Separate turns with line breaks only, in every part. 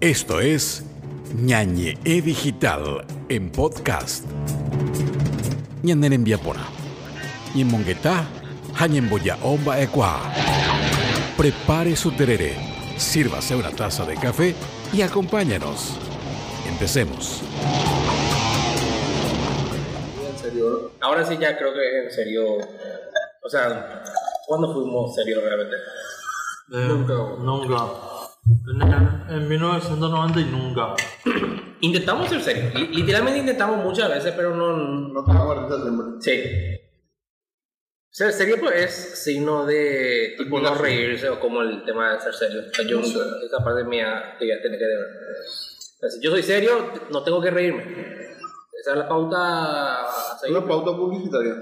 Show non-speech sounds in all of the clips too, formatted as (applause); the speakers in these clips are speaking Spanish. Esto es Ñañe E Digital en podcast. Ñaner en Viapona. Y en Monguetá, Jañemboya Omba Ecuá. Prepare su tereré, sírvase una taza de café y acompáñanos. Empecemos.
En serio, ahora sí ya creo que en serio. O sea, ¿cuándo fuimos serios realmente?
Eh,
Nunca.
Nunca. En, en 1990 y nunca.
Intentamos ser serios. li- Literalmente intentamos muchas veces, pero no.
No cagamos risa siempre.
Sí. Ser serio pues es signo de tipo no reírse o como el tema de ser serio. O sea, yo, esa parte mía que ya tiene que ver. O sea, si yo soy serio, no tengo que reírme. Esa es la pauta. a seguir.
Una pauta publicitaria.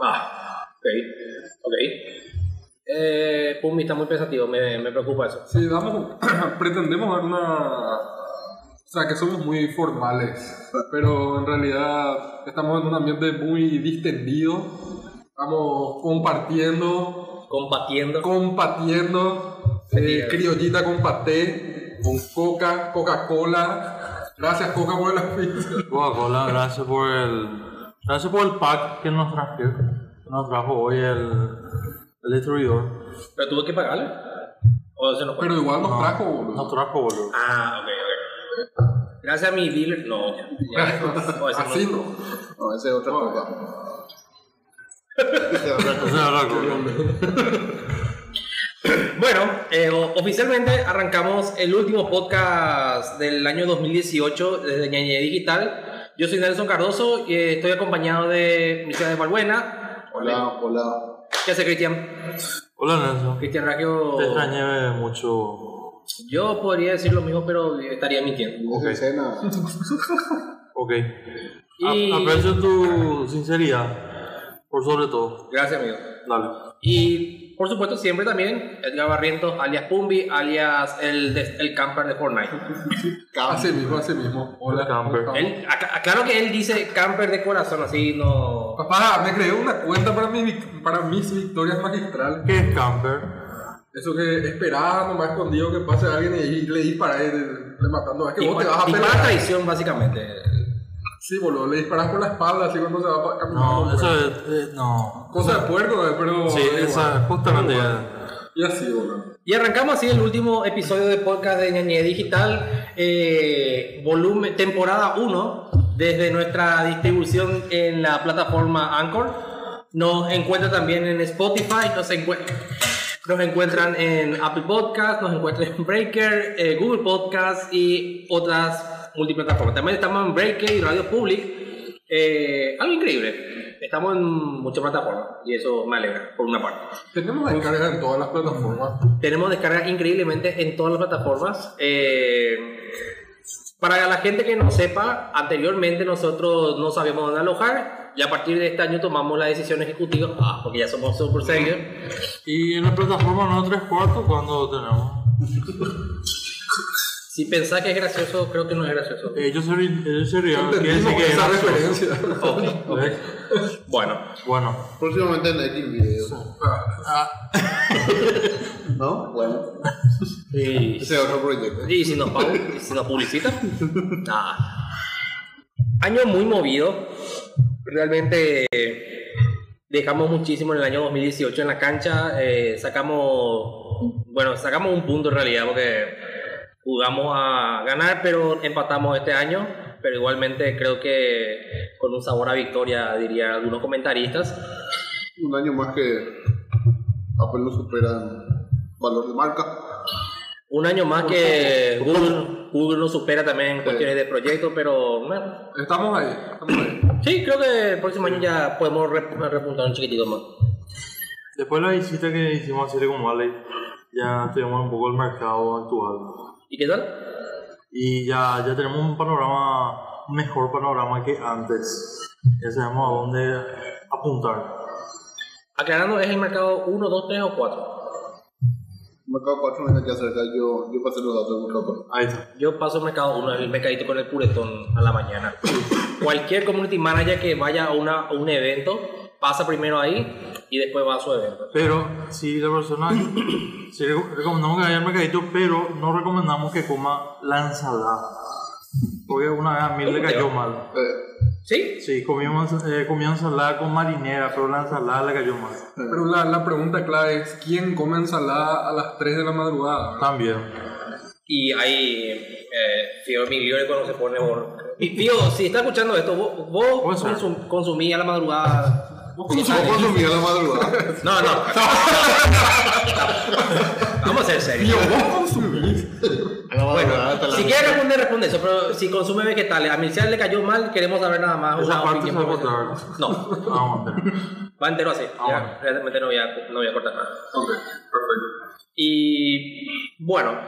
Ah, ok. Ok. Eh, Pumi está muy pensativo, me, me preocupa eso.
Sí, damos, (clears throat) pretendemos dar una... O sea, que somos muy formales, pero en realidad estamos en un ambiente muy distendido, estamos compartiendo,
Combatiendo.
compartiendo, eh, criollita con paté, con coca, Coca-Cola. Gracias Coca por el auspicio.
Coca-Cola, gracias por el. Gracias por el pack que nos trajo. Que nos trajo hoy el. El distribuidor.
¿Pero tuve que pagarle? ¿O se nos fue?
Pero igual nos
No,
trajo, boludo.
Nos trajo, boludo.
Ah, ok, ok. Gracias a mi dealer. No,
(laughs)
ya. ya. No, ese no
Así
es-
no.
No, esa es otra pauta. Esa es otra
Eso es otra cosa.
Bueno, eh, o- oficialmente arrancamos el último podcast del año 2018 desde Ñañe Digital. Yo soy Nelson Cardoso y eh, estoy acompañado de Michelle de
eh.
Balbuena.
Hola, hola.
¿Qué hace Cristian?
Hola Nelson.
Cristian Raggio.
Oh.
Te extrañé mucho.
Yo podría decir lo mismo, pero estaría mintiendo.
¿Cómo se cena?
Ok. A-
Y-
Aprecio tu sinceridad. Por sobre todo.
Gracias, amigo.
Dale.
Y por supuesto, siempre también Edgar Barrientos, alias Pumbi, alias el, des- el camper de Fortnite.
Casi.
Así mismo, así mismo. Hola.
Camper.
¿cómo estamos?
Él, acá- aclaro que él dice camper de corazón, así no.
Papá, me creé una cuenta para, mi vic- para mis victorias magistrales.
¿Qué es camper?
Eso que esperaba nomás escondido que pase alguien y le disparé le matando. Es que vos te vas a
Dispara
pelear.
traición, básicamente.
Sí, boludo, le disparas por la espalda así cuando se va a caminar.
No, eso es. eh, no.
Cosa de puerco, eh, pero.
Sí,
da igual.
esa, justamente.
Y así, boludo.
Y arrancamos así el último episodio de podcast de Ñañe Digital, eh, volumen, temporada 1, desde nuestra distribución en la plataforma Anchor. Nos encuentran también en Spotify, nos, encue- nos encuentran en Apple Podcast, nos encuentran en Breaker, eh, Google Podcast y otras multiplataformas. También estamos en Breaker y Radio Public. Eh, algo increíble. Estamos en muchas plataformas y eso me alegra, por una parte.
Tenemos las descargas en todas las plataformas.
Tenemos descargas increíblemente en todas las plataformas. Eh, para la gente que no sepa, anteriormente nosotros no sabíamos dónde alojar y a partir de este año tomamos la decisión ejecutiva, ah, porque ya somos super serios.
Y en la plataforma no tres cuartos cuando tenemos.
Si pensás que es gracioso, creo que no es gracioso.
Eh, yo sería, yo sería que
Entendimos
ese que
esa
era su-
referencia.
¿Ves?
Bueno,
Bueno, Ah,
Próximamente en X videos. ¿No? Bueno.
y,
Ese es otro proyecto.
y si nos pagan, y si nos publicitan, nada. Año muy movido, realmente eh, dejamos muchísimo en el año 2018 en la cancha. eh, sacamos, bueno, sacamos un punto en realidad porque jugamos a ganar, pero empatamos este año. Pero igualmente creo que con un sabor a victoria, diría algunos comentaristas.
Un año más que Apple no supera en valor de marca.
Un año más que Google, Google nos supera también en cuestiones de proyecto, pero bueno,
Estamos ahí, estamos ahí.
sí, creo que el próximo año ya podemos rep- repuntar un chiquitito más.
después de la visita que hicimos a Silicon Valley, ya tenemos un poco el mercado actual.
¿Y qué tal?
Y ya, ya tenemos un panorama, un mejor panorama que antes. Ya sabemos a dónde apuntar.
Aclarando, ¿es el mercado 1, 2, 3 o 4?
Mercado 4 me ya cerca. Yo, yo pasé los datos muy rápido.
Ahí está.
Yo paso el mercado uno, el mercadito con el puretón a la (coughs) mañana. Cualquier community manager que vaya a, una, a un evento pasa primero ahí y después va a su evento.
Pero si la
(clears throat)
persona, si reco- recomendamos que vaya al mercadito, pero no recomendamos que coma la ensalada. Porque una vez a mí le cayó mal.
(laughs)
Eh,
¿Sí?
Sí, comimos, eh, comí ensalada con marinera, pero la ensalada le cayó mal.
Pero la, la pregunta clave es, ¿quién come ensalada a las 3 de la madrugada? verdad?
También.
Y hay eh, Fío Migliore cuando se pone bor- Y Fío, si está escuchando esto, vos,
Puede
vos
ser.
consum- consumís a la madrugada. Vos
¿Cómo se consumía la
(laughs)
madrugada?
No, no. (laughs) Vamos a ser serios.
Bueno,
Si quieres responder, responde eso, pero si consume vegetales, a Mircea le cayó mal, queremos saber nada más.
Esa
una
parte
opinión
se va a
profesional.
cortar.
No,
Vamos a ver.
va entero así.
Ah,
Ya,
bueno.
realmente no voy, a, no voy a cortar nada.
Ok, perfecto.
Y bueno,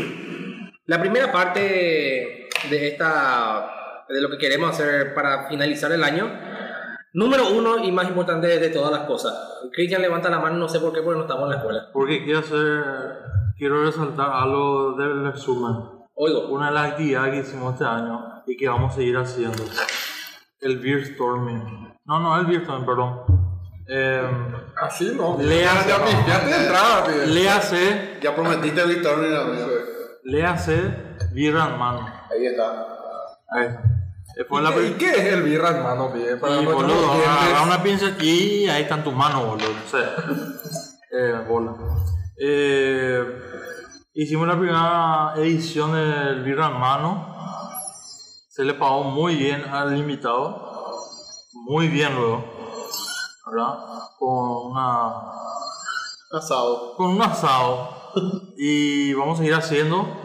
(clears throat) la primera parte de esta de lo que queremos hacer para finalizar el año, número uno y más importante de todas las cosas. Cristian levanta la mano, no sé por qué, porque no estamos en la escuela.
Porque quiero hacer, quiero resaltar algo del resumen.
Oigo,
Una de las actividades que hicimos este año y que vamos a seguir haciendo. El beer storming. No, no, el beer storming, perdón. Eh,
Así no.
Lea-
ya pifiaste de entrada, pibe.
léase,
Ya prometiste el Victoria en la
léase, birra en mano.
Ahí está.
Ahí está. Después la
¿Y qué es el birra,
Ah,
hermano, pibe? Para
Y
nuestros
boludo, agarra
oyentes.
una pinza aquí y ahí está en tu mano, boludo. O sea, (laughs) eh, bola. Eh, hicimos la primera edición del Birra en Mano. Se le pagó muy bien al invitado. Muy bien, luego. ¿Verdad? Con una
Asado.
con un asado. y vamos a seguir haciendo.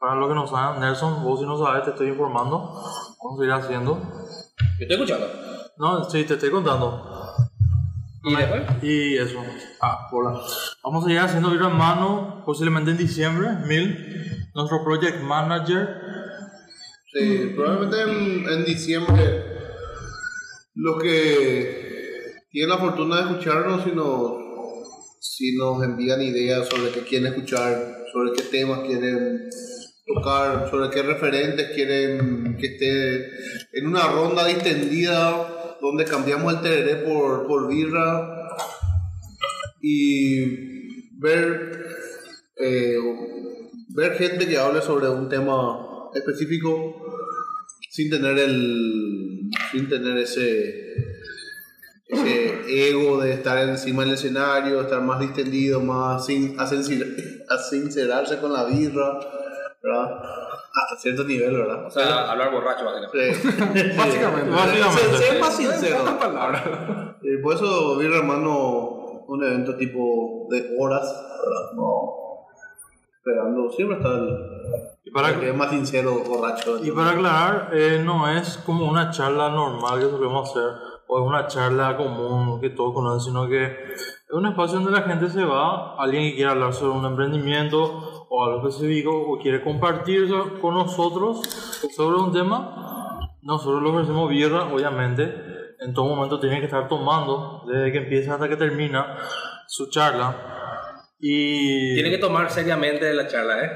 Para los que no saben, Nelson, vos si no sabes, te estoy informando. Vamos a seguir haciendo.
yo estoy escuchando.
No, sí, te estoy contando.
¿Y después?
Y eso. Ah, hola. Vamos a seguir haciendo Birra en Mano, posiblemente en diciembre, mil. Nuestro project manager.
Sí, probablemente en, en diciembre los que tienen la fortuna de escucharnos, si nos, si nos envían ideas sobre qué quieren escuchar, sobre qué temas quieren tocar, sobre qué referentes quieren que esté en una ronda distendida donde cambiamos el tereré por, por birra y ver eh, ver gente que hable sobre un tema específico sin tener el sin tener ese ese ego de estar encima del escenario, estar más distendido, más sin asenci- asincerarse con la birra, ¿verdad? Hasta cierto nivel, ¿verdad? eh,
O sea, hablar borracho, básicamente.
(laughs)
Básicamente.
Ser,
Básicamente.
ser más
En
sincero.
pocas palabras.
Eh, por eso Birra Hermano, un evento tipo de horas, ¿verdad? No. Esperando, siempre está el,
Y para,
el que es más sincero, borracho.
Y para aclarar, eh, no es como una charla normal que solemos hacer, o es una charla común que todos conocen, sino que es un espacio donde la gente se va, alguien que quiere hablar sobre un emprendimiento o algo específico, o quiere compartir so- con nosotros sobre un tema, nosotros le ofrecemos birra, obviamente, en todo momento tiene que estar tomando, desde que empieza hasta que termina su charla. Y...
(laughs) Tiene que tomar seriamente la charla, ¿eh?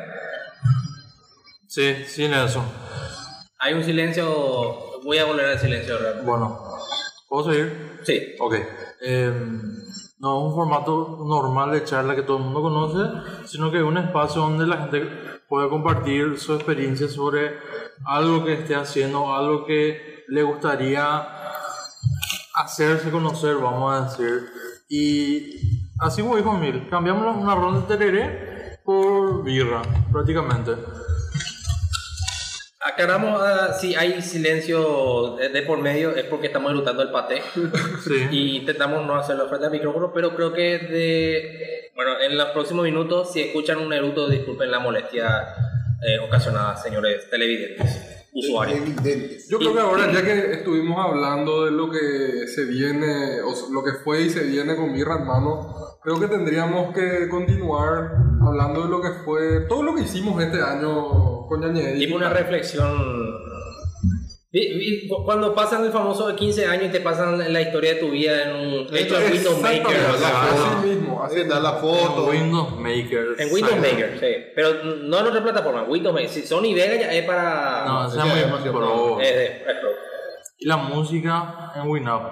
Sí, sin eso.
Hay un silencio, voy a volver al silencio, realmente.
Bueno, ¿puedo seguir?
Sí.
Ok. em, no es un formato normal de charla que todo el mundo conoce, sino que es un espacio donde la gente puede compartir su experiencia sobre algo que esté haciendo, algo que le gustaría hacerse conocer, vamos a decir. Y así como dijo Mil, cambiamos una ronda de tereré por birra, prácticamente.
Aclaramos, ah, si hay silencio de, de por medio es porque estamos disfrutando el paté
Sí.
y intentamos no hacerlo frente al micrófono, pero creo que de, bueno, en los próximos minutos si escuchan un eruto disculpen la molestia eh, ocasionada, señores televidentes, usuarios.
Evidente.
Yo creo que ahora, ya que estuvimos hablando de lo que se viene, o s- lo que fue y se viene con Birra Hermano, creo que tendríamos que continuar hablando de lo que fue, todo lo que hicimos este año con Ñañez.
Tipo una reflexión. Y- y cu- Cuando pasan el famoso 15 años y te pasan la historia de tu vida en un hecho en Widowmaker,
Exactamente,
¿verdad?
así mismo, así
Así está la foto.
Windows Maker.
En Widowmaker, sí. Pero no en otra plataforma, Widowmaker. Si Sony Vega ya es para...
No, se
Ya,
llama
demasiado
Pro.
Es de- es pro.
Y la música en Winamp.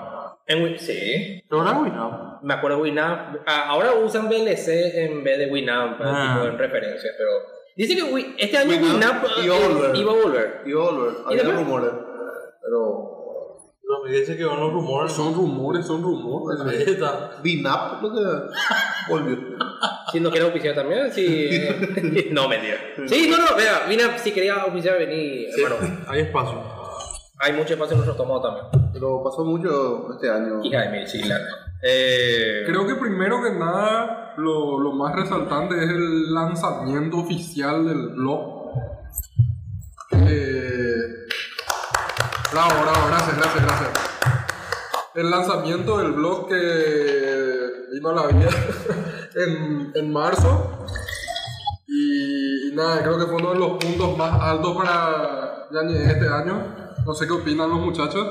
En Win- sí.
Pero ahora Winamp.
Me acuerdo Winamp. ah, Ahora usan VLC en vez de Winamp para
Ah.
tipo en referencia, pero. Dice que Win- este año
Winamp
Winamp,
iba a
eh,
volver.
iba a volver.
Y Oliver,
¿Y
había
después?
rumores. Pero.
Pero me dice que van los rumores.
Son rumores, son rumores.
Está.
Binap, lo que. Volvió.
Si no quieres oficiar también, sí. eh, (laughs) no, mentira. Sí, no, no, vea, Winamp, si quería oficiar, vení, hermano.
Hay espacio.
Hay mucho espacio en nuestro tomado también.
Pero pasó mucho este año.
Hija de mil, sí, claro. Eh,
Creo que primero que nada, lo, lo más resaltante es el lanzamiento oficial del blog. Eh, bravo, bravo, gracias, gracias, gracias. El lanzamiento del blog que vino a la vida (laughs) en, en marzo. Y, y nada, creo que fue uno de los puntos más altos para Yanni este año. No sé qué opinan los muchachos.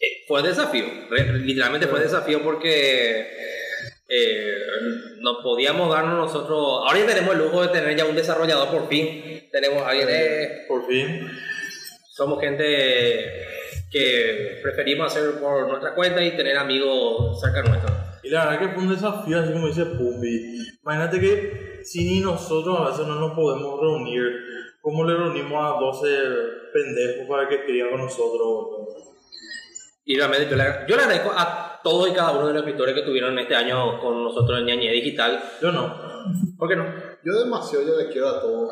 Eh, fue desafío, re- re- literalmente fue desafío porque eh, no podíamos darnos nosotros, ahora ya tenemos el lujo de tener ya un desarrollador por fin, tenemos a alguien, eh,
Por fin.
somos gente que preferimos hacer por nuestra cuenta y tener amigos cerca nuestro.
Y la verdad que fue un desafío, así como dice Pumbi. Imagínate que si ni nosotros a veces no nos podemos reunir, ¿cómo le reunimos a 12 pendejos para que escriban con nosotros? boludo?
Y realmente yo le, yo le agradezco a todos y cada uno de los escritores que tuvieron este año con nosotros en Ñañez Digital.
Yo no.
¿Por qué no?
Yo demasiado ya le quiero a todo.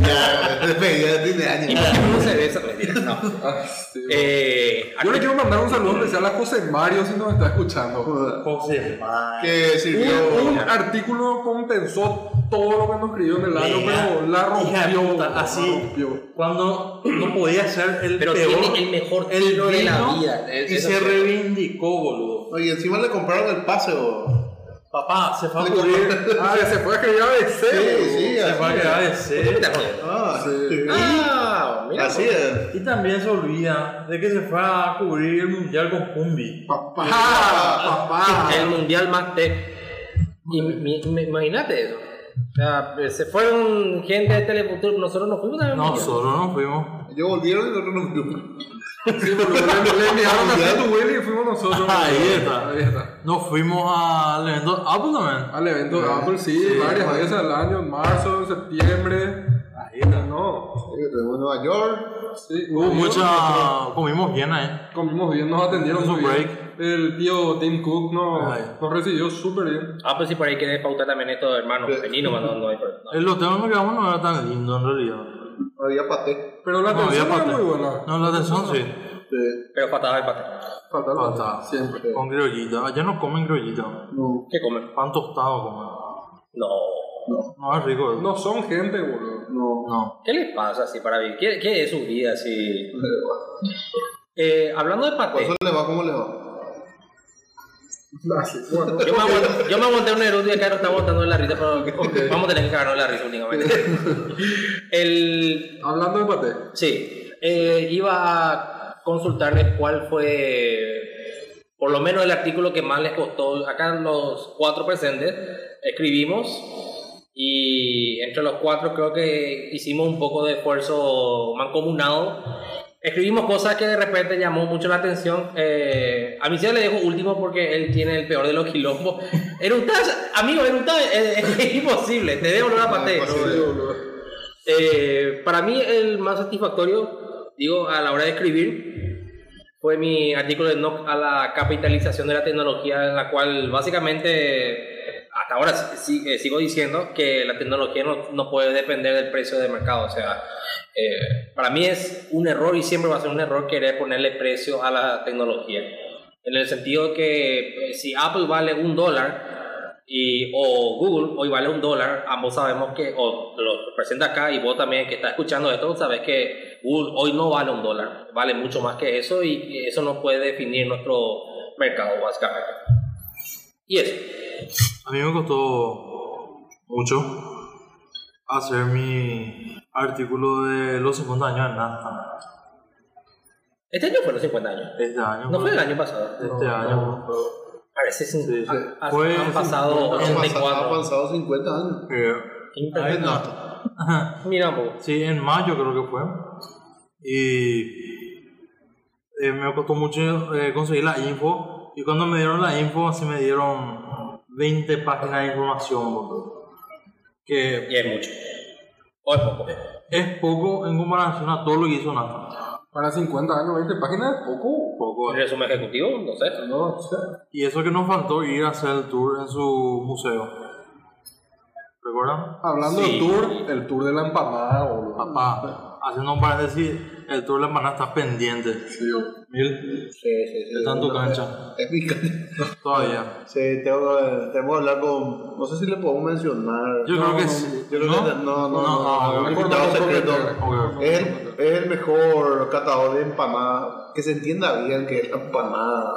ya, despedida de fin de
Y
año.
por qué no se ve esa mentira, no.
(laughs) Ah, sí,
Eh,
Yo le quiero mandar un saludo especial a José Mario si nos está escuchando.
José, man.
Que
Un,
sirvió.
un artículo compensó todo lo que nos escribió en el año,
Mira,
pero la
hija de
rompió.
puta,
la
así.
rompió.
Cuando no podía ser el
pero
peor.
tiene el mejor
el
tiro de la
vino
vida. Es-
y
eso
se
sí.
reivindicó, boludo.
Oye, encima le compraron el pase, bo.
Papá, se fue a
Le
cubrir.
(laughs)
compraron-
Ah, se fue a escribir ABC.
Sí, sí,
Se fue a
así
quedar
es.
de
¿Por qué me
ser.
estás jodiendo?
Ah,
Sí.
Ah, mira.
Así es.
Y también se olvida de que se fue a cubrir el mundial con Pumbi.
Papá, papá.
El mundial más te. Y mi- mi- Imagínate eso. O sea, pues, se fueron gente de Telefutur, nosotros nos fuimos también. al mundial.
Nosotros nos fuimos.
Yo volvieron y nosotros no fuimos.
Sí, boludo, le, le enviaron a hacer tu Willy y fuimos nosotros.
(laughs) Ahí está.
Ahí está.
Nos fuimos al evento Apple también.
Al evento de Apple, sí, varias veces al año, en marzo, en septiembre.
Ahí está.
No,
Fuimos a Nueva York.
sí,
Hubo
adiós.
mucha. Comimos bien ahí.
Comimos bien, nos atendieron
Hizo
muy bien.
break.
El tío Tim Cook
Ay.
nos, nos recibió súper bien.
Ah, pues sí, por ahí querés pautar también esto, hermano. Vení nomás, no, no hay problema.
El hotel donde quedamos no era tan lindo en realidad.
Había paté.
Pero la
No, había
atención era
pata.
muy buena.
No, la atención sí.
Sí.
Pero patada el patada.
Fatal.
Fatal.
Siempre.
Con criollita. Allá no comen criollita.
No,
¿Qué comen?
Pan tostado comen.
No.
No es rico.
No son gente, boludo.
no.
No.
¿Qué les pasa así para vivir? ¿Qué, qué es su vida así? Eh, hablando de
Por
paté,
eso le va como le va.
Así, bueno.
yo me, aguanté, yo me aguanté un erudio y acá no está botando la risa, pero vamos a tener que cagarnos la risa únicamente. el,
Hablando de paté.
Sí, eh, iba a consultarles cuál fue, por lo menos el artículo que más les costó. Acá los cuatro presentes escribimos y entre los cuatro creo que hicimos un poco de esfuerzo mancomunado. Escribimos cosas que de repente llamó mucho la atención. Eh, a mi tío le dejo último porque él tiene el peor de los quilombos. Eructar, amigo, eructar es, eh, (laughs) es- es imposible. Te debo una paté.
imposible.
Sí, boludo.
Eh, para mí el más satisfactorio, digo, a la hora de escribir, fue mi artículo de NOC a la capitalización de la tecnología, en la cual básicamente, hasta ahora si- si- eh, sigo diciendo que la tecnología no, no puede depender del precio de mercado. O sea, eh, para mí es un error y siempre va a ser un error querer ponerle precio a la tecnología. En el sentido que eh, si Apple vale un dólar y, o Google hoy vale un dólar, ambos sabemos que, o lo presenta acá y vos también que estás escuchando esto, sabes que Google hoy no vale un dólar, vale mucho más que eso y eso no puede definir nuestro mercado básicamente. Y eso,
A mí me costó mucho hacer mi artículo de los 50 años de Nasta.
este año fue los 50 años,
Este año.
no fue el año pasado.
Este año.
Parece sin-
Sí, sí.
ha- ha-
Fue
han pasado
Ha pasado, ha
84.
pasado 50 años.
Eh,
Es nata.
Mira un poco.
Sí, en mayo creo que fue. Y eh, me costó mucho eh, conseguir la info. Y cuando me dieron la info, así me dieron 20 páginas de información, boludo. Que
Y es mucho. O es poco.
es poco en comparación a todo lo que hizo Nathan.
Para 50 años, 20 páginas, poco.
Poco.
Un resumen ejecutivo, no sé.
No sé.
Y eso que nos faltó ir a hacer el tour en su museo. ¿Recuerdan?
Hablando
Sí.
del tour, el tour de la empanada, boludo.
Ah,
Papá, haciendo un paréntesis, el tour de la manada está pendiente.
Sí, yo-
Mil,
Sí, sí, sí.
Está en tu
No,
cancha.
(laughs) Es mi cancha.
todavía.
Sí, tengo que, tenemos que hablar con. No sé si le podemos mencionar.
Yo creo que sí.
Yo creo que no, no, no,
no, ah,
no,
no,
invitado
no, no,
secreto.
no, no,
Es,
no, no,
el- es el mejor catador de empanada. Que se entienda bien que es la empanada.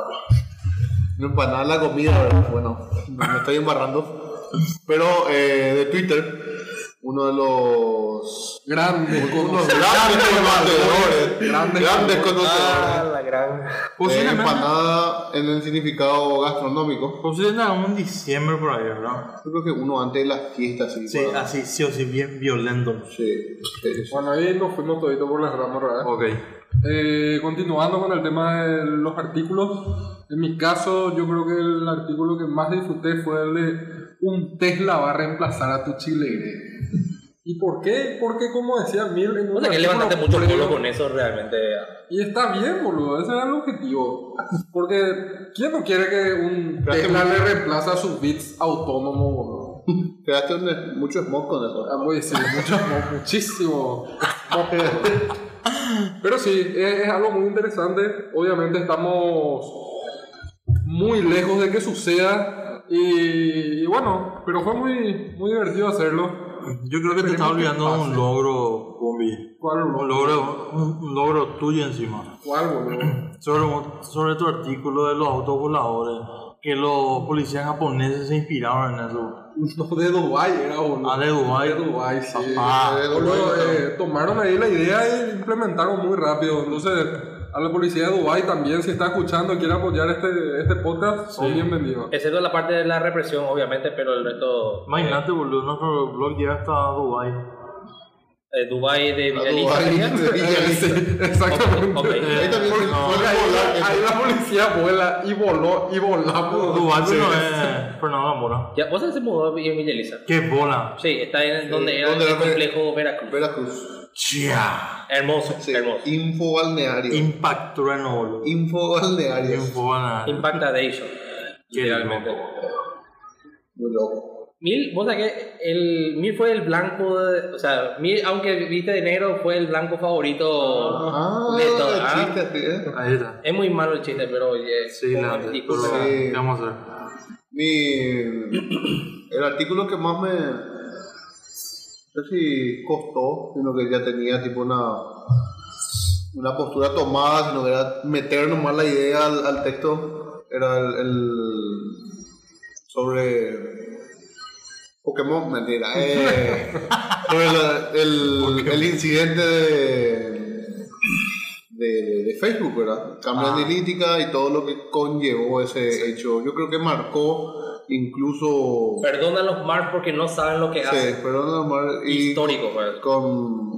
La empanada es la comida, ¿verdad? Bueno, me estoy embarrando. Pero eh, de Twitter, uno de los.
Grande.
Unos grandes conocedores.
Grandes
Grandes conocedores.
Ah, la gran.
De
Posiblemente,
empanada en el significado gastronómico.
posiblemente algún diciembre por ahí, ¿verdad?
Yo creo que uno antes de las fiestas, sí.
Sí,
bueno,
así, sí o sí, bien violento.
sí, sí, sí.
Bueno, ahí nos fuimos toditos por las ramas, ¿verdad?
Ok.
Eh, continuando con el tema de los artículos, en mi caso yo creo que el artículo que más disfruté fue el de un Tesla va a reemplazar a tu chile. ¿Y por qué? Porque como decía Mil en un
O sea que
artículo
levantaste mucho el
previo-
culo con eso realmente.
Y está bien, boludo, ese era el objetivo. Porque ¿quién no quiere que un
Pero hace
Tesla
mucho-
le reemplaza a sus bits autónomo,
(laughs)
boludo?
Creaste un- mucho smoke con eso.
Ah, muy sí, mucho, mu- muchísimo. Pero sí, es, es algo muy interesante. Obviamente estamos muy lejos de que suceda. Y, y bueno, pero fue muy, muy divertido hacerlo.
Yo creo que te estás
Esperemos que
olvidando de un
pase.
logro, Bombi.
¿Cuál,
Un
boludo?
logro, un un logro tuyo encima.
¿Cuál,
(laughs)
boludo?
Sobre, sobre tu artículo de los autos voladores, que los policías japoneses se inspiraron en eso.
No, de Dubai era, boludo.
Ah, de Dubái.
De Dubái, sí.
Papá.
De Dubái, Boludo, eh, tomaron ahí la idea y la implementaron muy rápido. Entonces, a la policía de Dubai también, si está escuchando y quiere apoyar este, este podcast, son bienvenidos.
Excepto la parte de la represión, obviamente, pero el resto.
Imagínate, boludo, nuestro blog llega hasta Dubái.
Eh, Dubai de
A
Villalista.
Dubái,
¿sería?
Ah, de Villalista.
Eh, Sí, exactamente.
Ok, ok.
Ahí también se
no.
puede
Ahí
volar,
la-
eso.
Ahí la policía vuela y voló y volamos.
Dubái no eh. es Fernando Mora.
Ya, vos sabés, se mudó a Villalista.
¡Qué bola!
Sí, está en donde era
¿dónde
el
era?
complejo Veracruz.
Veracruz.
¡Chia!
Hermoso,
Sí.
hermoso.
Info balneario.
Impacto trueno, boludo.
Info balneario.
Info banana.
Impacta de ello.
Qué
Literalmente.
Muy loco.
Mil, vos sabés que el, Mil fue el blanco, de- o sea, Mil, aunque viste de negro, fue el blanco favorito
Ah,
de todo. ¿ah?
chiste, así, ¿eh?
Ahí está.
Es muy malo el chiste, pero eh, oye,
Sí,
como
la
el
pero,
discurso.
Sí.
¿Qué vamos a hacer?
Mi, el artículo que más me. No sé si costó, sino que ya tenía tipo una. Una postura tomada, sino que era meter nomás la idea al, al texto. Era el, el- Sobre. Pokémon, mentira. eh, sobre la- el, el incidente de. de, de Facebook, ¿verdad? Cambio de analítica y todo lo que conllevó ese hecho. Yo creo que marcó incluso.
Perdona a los Marx porque no saben lo que
Sí,
hacen.
pero no, mar- y
Histórico, pues.
con,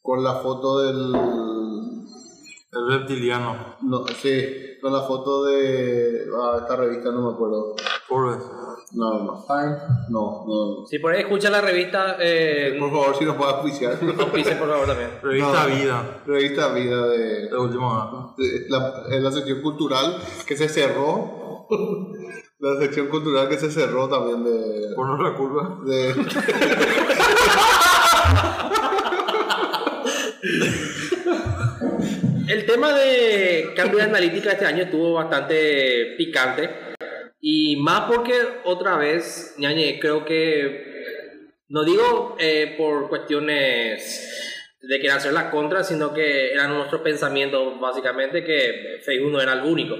con la foto del.
El reptiliano.
No, sí, con la foto de. Ah, esta revista no me acuerdo.
Forbes.
No, no, no. no.
Si por ahí escucha la revista, eh,
Por favor, si nos puedes auspiciar.
auspicien, por favor también.
Revista
No.
Vida.
(laughs) Revista Vida de.
La última hora.
de- La, en la sección cultural que se cerró. (laughs) la sección cultural que se cerró también de.
Por nuestra curva.
de
El tema de cambio de analítica este año estuvo bastante picante. Y más porque otra vez, ñañe, creo que. No digo eh, por cuestiones de querer hacer la contra, sino que eran nuestros pensamientos, básicamente, que Facebook no era el único.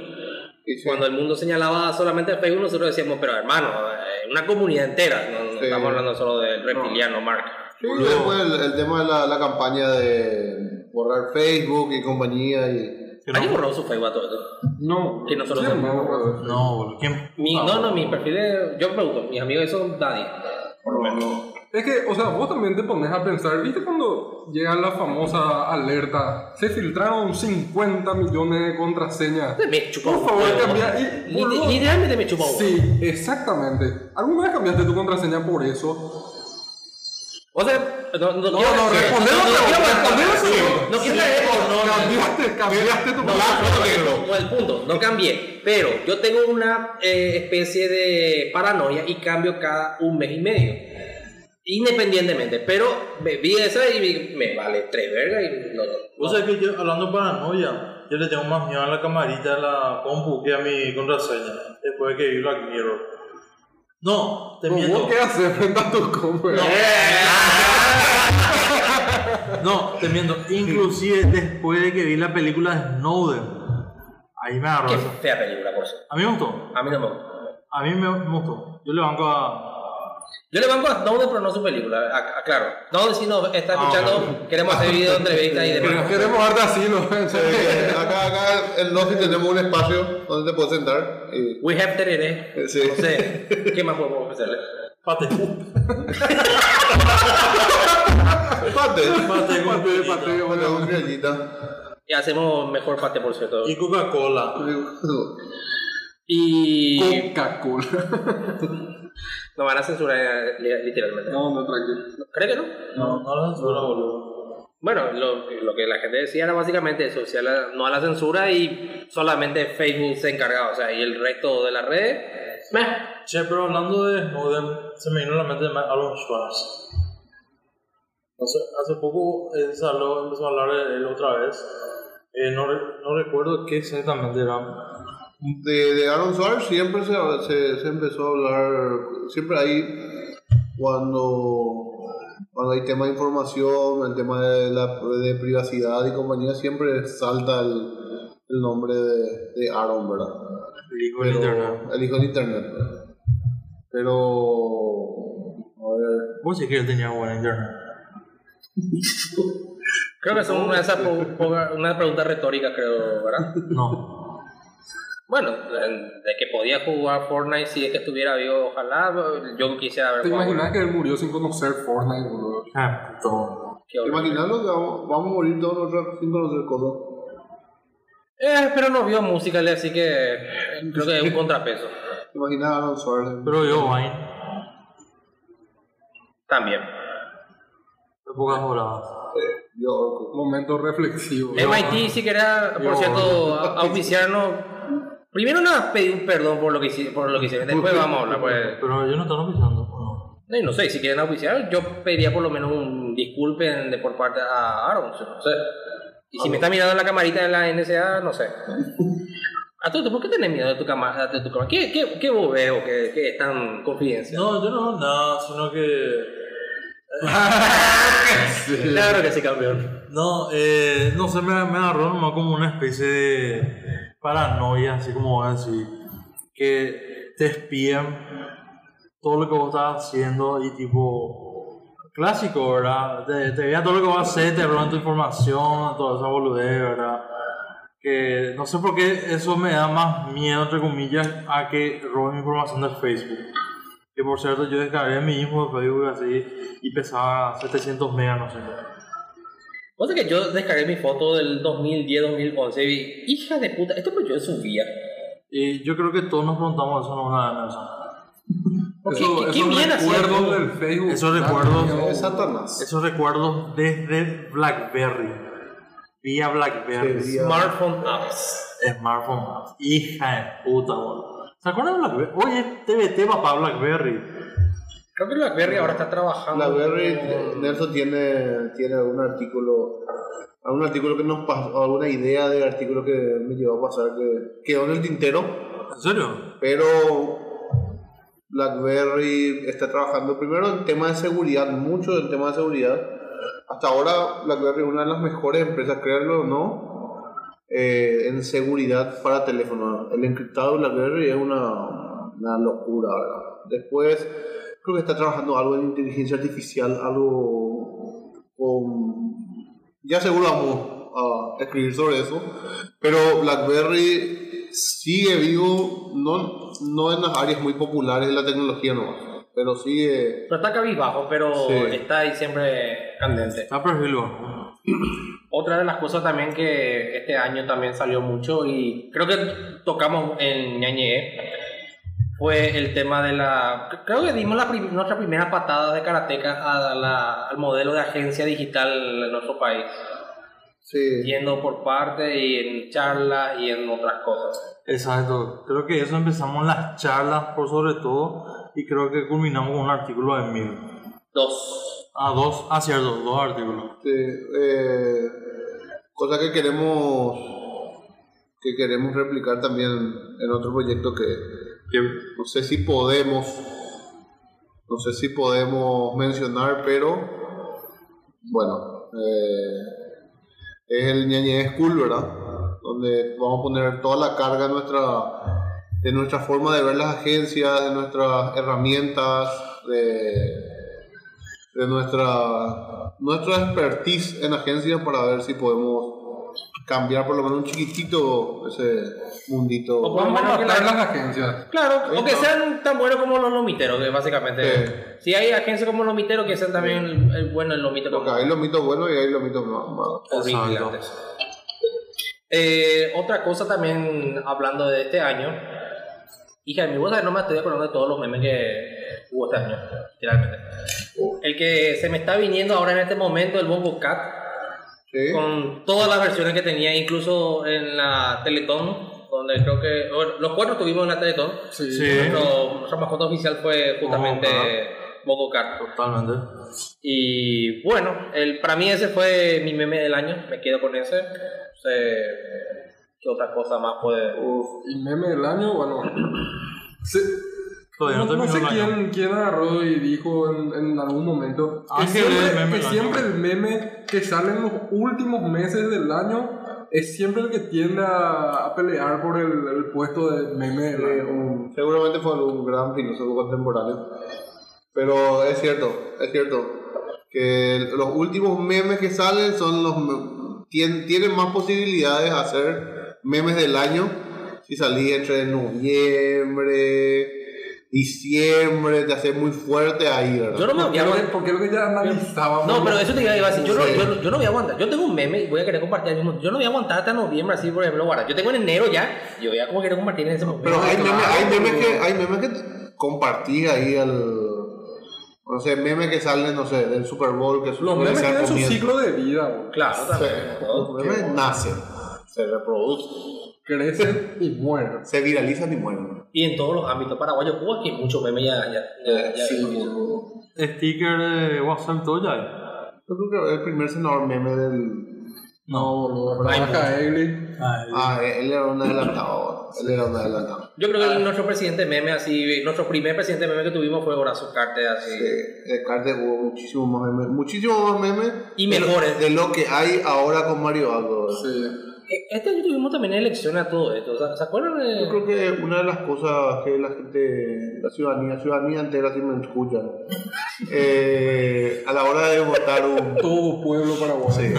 y sí,
Cuando el mundo señalaba solamente a Facebook, nosotros decíamos, pero hermano, eh, una comunidad entera, no, no
Sí.
estamos hablando solo del reptiliano Mark.
sí, después el, el tema de la, la campaña de borrar Facebook y compañía y
Que
¿Alguien
No,
borró su Facebook a todo esto?
No.
Que nosotros
¿Quién
hacemos.
no? Ah,
no boludo. ¿Quién?
Mi- no, no, mi perfil es- Yo pregunto, mis amigos son nadie.
no, no,
Es que, o sea, vos también te pones a pensar, ¿viste cuando llega la famosa alerta? Se filtraron 50 millones de contraseñas.
Me chupa
Por
un
favor,
huevo.
cambia. Y,
Lite-
boludo,
Literalmente me chupa un huevo.
Sí, exactamente. ¿Alguna vez cambiaste tu contraseña por eso?
O sea, no, no,
No,
quiero-
no, respondemos,
no, no,
pero-
quiero-
respondemos,
sí,
pero-
No quiero caer en- no, no, no.
Cambiaste, cambiaste tu
No, no, no,
contraseña.
no, no, el punto, no cambié. Pero yo tengo una eh, especie de paranoia y cambio cada un mes y medio. Independientemente. Pero me vi esa y vi- me vale tres vergas y no.
O sea que yo, hablando de paranoia, yo le tengo más miedo a la camarita de la compu que a mi contraseña. Después de que vi Black Mirror. No, te
¿Vos
miento.
qué haces frente a tus compas?
No, te miento. Inclusive después de que vi la película de Snowden. Ahí me agarró
Qué
eso.
fea película, por eso.
A mí me gustó.
A mí no me gusta.
A mí me me gustó. Yo le banco a...
Yo le banco a Snowden, pero no su película, a- aclaro. Snowden, si nos está
Ah,
escuchando, queremos hacer video, entrevistas y demás.
Queremos- Queremos darte asilo. (laughs)
Eh, acá, acá en Lofi tenemos un espacio donde te puedes sentar. Y
We have Terere.
Sí.
No sé, ¿qué más podemos ofrecerle?
Pate.
pate.
Pate, con
Pateo,
pollito.
pateo,
Bueno,
boludo.
una criollita.
Y hacemos mejor parte, por cierto.
Y Coca-Cola.
Y.
(laughs)
Coca-Cola.
Nos van a censurar eh, li- literalmente.
No, no, tranquilo.
¿Cree que no?
No, no la censura, boludo.
Bueno, lo, lo que la gente decía era básicamente eso, o sea, la- no a la censura y solamente Facebook se encargaba, o sea, y el resto de las redes, meh.
Che, pero hablando de Snowden, se me vino a la mente de Ma- Alan Schwarz. Hace, hace poco él se habló- empezó a hablar él, él otra vez. Eh, no, re- no recuerdo qué exactamente era.
De, de Aaron Swartz siempre se, se, se empezó a hablar, siempre ahí, cuando, cuando hay tema de información, el tema de, la, de privacidad y compañía, siempre salta el, el nombre de, de Aaron, ¿verdad?
El hijo del internet.
Pero, el hijo de Internet. Pero, a ver,
Vos sí que él tenía buen internet.
creo que son una de esas po- poca- una pregunta retórica, creo, ¿verdad?
No.
Bueno, de de que podía jugar Fortnite si es que estuviera vivo, ojalá, yo quisiera ver
¿Te imaginas que él murió sin conocer Fortnite, boludo?
Ah, puto.
imaginalo que vamos, vamos a morir todos nosotros sin conocer cosas.
Eh, pero no vio música, así que eh, creo que es un contrapeso.
Imagina a Aaron Swartz.
Pero yo, Vine,
También.
de pocas horas.
eh, Yo, Orco.
Momento reflexivo.
MIT, si quería, por
Yo-
cierto, a- auspiciarnos. Primero nos pedí un perdón por lo que hici- por lo que hicieron. Después vamos a hablar. Pues.
Pero yo no estaba pisando. No.
No, y no sé, si quieren auspiciar, yo pediría por lo menos un disculpen de por parte a Aaron. No sé. Y si me está mirando en la camarita de la NSA, no
(laughs)
sé. A todo, esto, ¿por qué tenés miedo de tu cámara? De tu cámara? ¿Qué, qué, qué bobeo que, que es tan confidencial?
(laughs)
no, yo no, nada, sino que.
Claro que sí, campeón.
No, eh, no sé, me, me agarró nomás como una especie de paranoia, así como voy a decir, que te espían todo lo que vos estás haciendo y tipo, clásico, ¿verdad? Te, te vean todo lo que vas a hacer, te roban tu información, toda esa boludez, ¿verdad? Que no sé por qué eso me da más miedo, entre comillas, a que roben mi información de Facebook. Que por cierto, yo descargué mi hijo de Facebook así y pesaba 700 megas, no sé qué.
O sea que yo descargué mi foto del 2010-2011 y vi, hija de puta, esto pues yo subía.
Y yo creo que todos nos preguntamos eso, no nada más.
¿Por qué?
Eso-
¿Qué- qué
esos
bien hacía
recuerdos
tú?
del Facebook.
Esos recuerdos.
Daño.
Es Satanás.
Esos recuerdos desde BlackBerry, vía BlackBerry,
Sí, vía-
Smartphone apps.
smartphone, hija de puta, boludo. ¿Se acuerdan de BlackBerry? Oye, TBT papá BlackBerry.
Creo que BlackBerry ahora está trabajando.
La Berry, Nelson tiene, tiene algún artículo, algún artículo que nos pasó, alguna idea de artículo que me llegó a pasar que quedó en el tintero,
¿En serio?
pero BlackBerry está trabajando primero en tema de seguridad, mucho del tema de seguridad. Hasta ahora BlackBerry es una de las mejores empresas, creerlo o no, eh, en seguridad para teléfono. El encriptado de BlackBerry es una, una locura, ¿verdad? Después creo que está trabajando algo en inteligencia artificial, algo con... Ya seguro vamos a escribir sobre eso, pero BlackBerry sigue vivo, no, no en las áreas muy populares de la tecnología nomás. pero sigue.
Pero está cabizbajo, pero
Sí.
está ahí siempre candente.
Está perfil bajo.
Otra de las cosas también que este año también salió mucho y creo que tocamos en Ñañe fue el tema de la... Creo que dimos la prim- nuestra primera patada de karateca a la- al modelo de agencia digital de nuestro país.
Sí.
Yendo por parte y en charlas y en otras cosas.
Exacto. Creo que eso empezamos las charlas por sobre todo y creo que culminamos con un artículo de mil.
Dos.
Ah, dos, ah, cierto, dos artículos.
Sí, eh, cosa que queremos que queremos replicar también en otro proyecto que no sé si podemos no sé si podemos mencionar pero bueno eh, es el ñañez school verdad donde vamos a poner toda la carga de nuestra de nuestra forma de ver las agencias de nuestras herramientas de de nuestra, nuestra expertise en agencias para ver si podemos cambiar por lo menos un chiquitito ese
O
mundito.
por lo
Vamos a
menos que la-
matar las agencias.
Claro, o que
Eso.
sean tan buenos como los lomiteros, que básicamente...
Sí.
Si hay agencias como los lomiteros, que sean también el, el bueno el lomito como
Porque hay los mitos buenos y hay los mitos ma- malos.
horrible
Exacto.
antes. Eh, otra cosa también, hablando de este año, hija de mi bolsa, no me estoy acordando de todos los memes que hubo este año, literalmente. El que se me está viniendo ahora en este momento, el Bombo Cat,
Sí.
con todas las versiones que tenía, incluso en la Teletón, donde creo que bueno, los cuatro tuvimos en la Teletón.
Sí.
Sí.
Nuestro, nuestra mascota oficial fue justamente
Bombo
Bombo Cat.
Totalmente.
Y bueno, el, para mí ese fue mi meme del año, me quedo con ese. No sé qué otra cosa más puede...
Uf, y meme del año, bueno. (clears throat) se-
Todavía no
no, no
terminó
sé
el año.
quién, quién agarró y dijo en, en algún momento
Ah,
que,
sí,
siempre,
el meme
que
del
siempre
año.
el meme que sale en los últimos meses del año es siempre el que tiende a, a pelear por el, el puesto de meme del
Eh,
año.
un- seguramente fue un gran filósofo contemporáneo. Pero es cierto, es cierto. Que los últimos memes que salen son los me- tien- tienen más posibilidades de hacer memes del año. Si salí entre noviembre, diciembre, te hace muy fuerte ahí, ¿verdad?
Yo no me voy
Porque
a
lo que,
aguantar.
porque lo que ya analizábamos.
No, pero eso te iba a decir, yo no,
Sí.
yo, no- yo no voy a aguantar. Yo tengo un meme y voy a querer compartir al mismo. Yo no voy a aguantar hasta noviembre, así por ejemplo, guarda. Yo tengo en enero ya, yo voy a como querer compartir en ese momento.
Pero hay,
Claro.
memes, hay memes que hay memes que compartí ahí al no sé, memes que salen, no sé, del Super Bowl que
Los
suele
memes
ser
tienen su
comienzo.
ciclo de vida, bro.
claro,
Sí,
también.
los
¿no?
memes nacen, se reproducen,
crecen y mueren.
se viralizan y mueren.
Y en todos los ámbitos paraguayos, Cuba, que muchos memes ya... ya, ya- ya-
yo
Sticker de WhatsApp todo ya. hay.
creo que el primer senador meme del...
No, boludo, pero
Ay,
baja Egli.
Ah, él era un adelantado, él era un adelantado.
Yo creo que nuestro presidente meme, así, nuestro primer presidente meme que tuvimos fue Horacio Cartes, así.
Eh, de Carter hubo muchísimos más memes, muchísimos más memes
Y
de lo-
mejores.
de lo que hay ahora con Mario Algo.
Sí.
Eh, Este año tuvimos también elecciones a todo esto. o sea, ¿Se acuerdan? de-
Yo creo que una de las cosas que la gente, la ciudadanía, ciudadanía entera si me escucha, eh, a la hora de votar un...
Todo pueblo paraguayo.
Sí,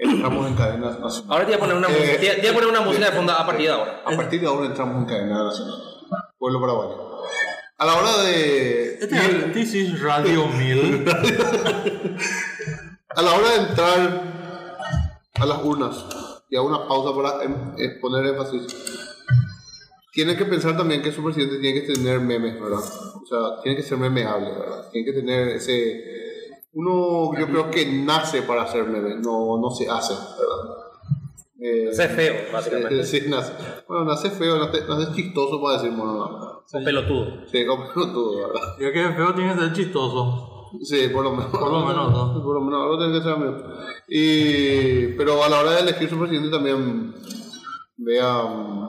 entramos en cadenas nacionales.
Ahora te voy a poner una,
Eh,
música- te- te voy a poner una música de fondo a
sí.
partir de ahora.
A partir de ahora entramos en cadena nacional. Pueblo paraguayo. A la hora de.
Este es el- This is Radio
(laughs)
1000.
A la hora de entrar a las urnas y a una pausa para em- eh, poner énfasis. Tiene que pensar también que su presidente tiene que tener memes, ¿verdad? O sea, tiene que ser memeable, ¿verdad? Tiene que tener ese. Uno, yo creo que nace para hacer memes, no, no se hace, ¿verdad? Eh,
Ese es feo, básicamente.
(laughs) Sí, sí, nace. Bueno, nace feo, nace, nace chistoso para decir mono.
O pelotudo.
Sí, como (laughs) todo, ¿verdad?
Ya que es feo tiene que ser chistoso.
Sí, por lo menos.
Por lo menos, ¿no?
Por lo menos, algo tiene que ser amigo. Y, pero a la hora de elegir su presidente también vean,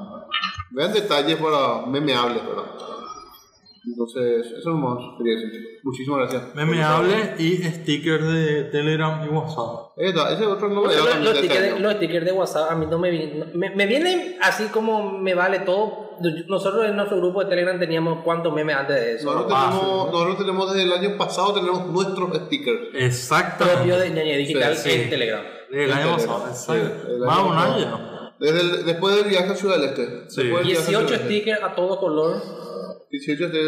vean detalles para memeables, ¿verdad? Entonces, eso es más quería decir. Muchísimas gracias.
Memeable y sticker de Telegram y WhatsApp.
Ahí está, ese es otro
Los,
novedad
los
también de este
stickers de,
año.
los stickers de WhatsApp a mí no me, vi- me me vienen así como me vale todo. Nosotros en nuestro grupo de Telegram teníamos cuántos memes antes de eso.
Nosotros
Ah,
tenemos, nosotros tenemos desde el año pasado tenemos nuestros stickers.
propio
Exactamente.
de ñañe digital
Sí, sí.
en Telegram.
Del año pasado.
Este, Sí, el
Exacto.
año
Más de un
pasado.
año. ya.
Desde el- después del viaje a Ciudad del Este.
Sí.
Después del viaje a
18
Ciudad del Este.
stickers a todo color.
18 de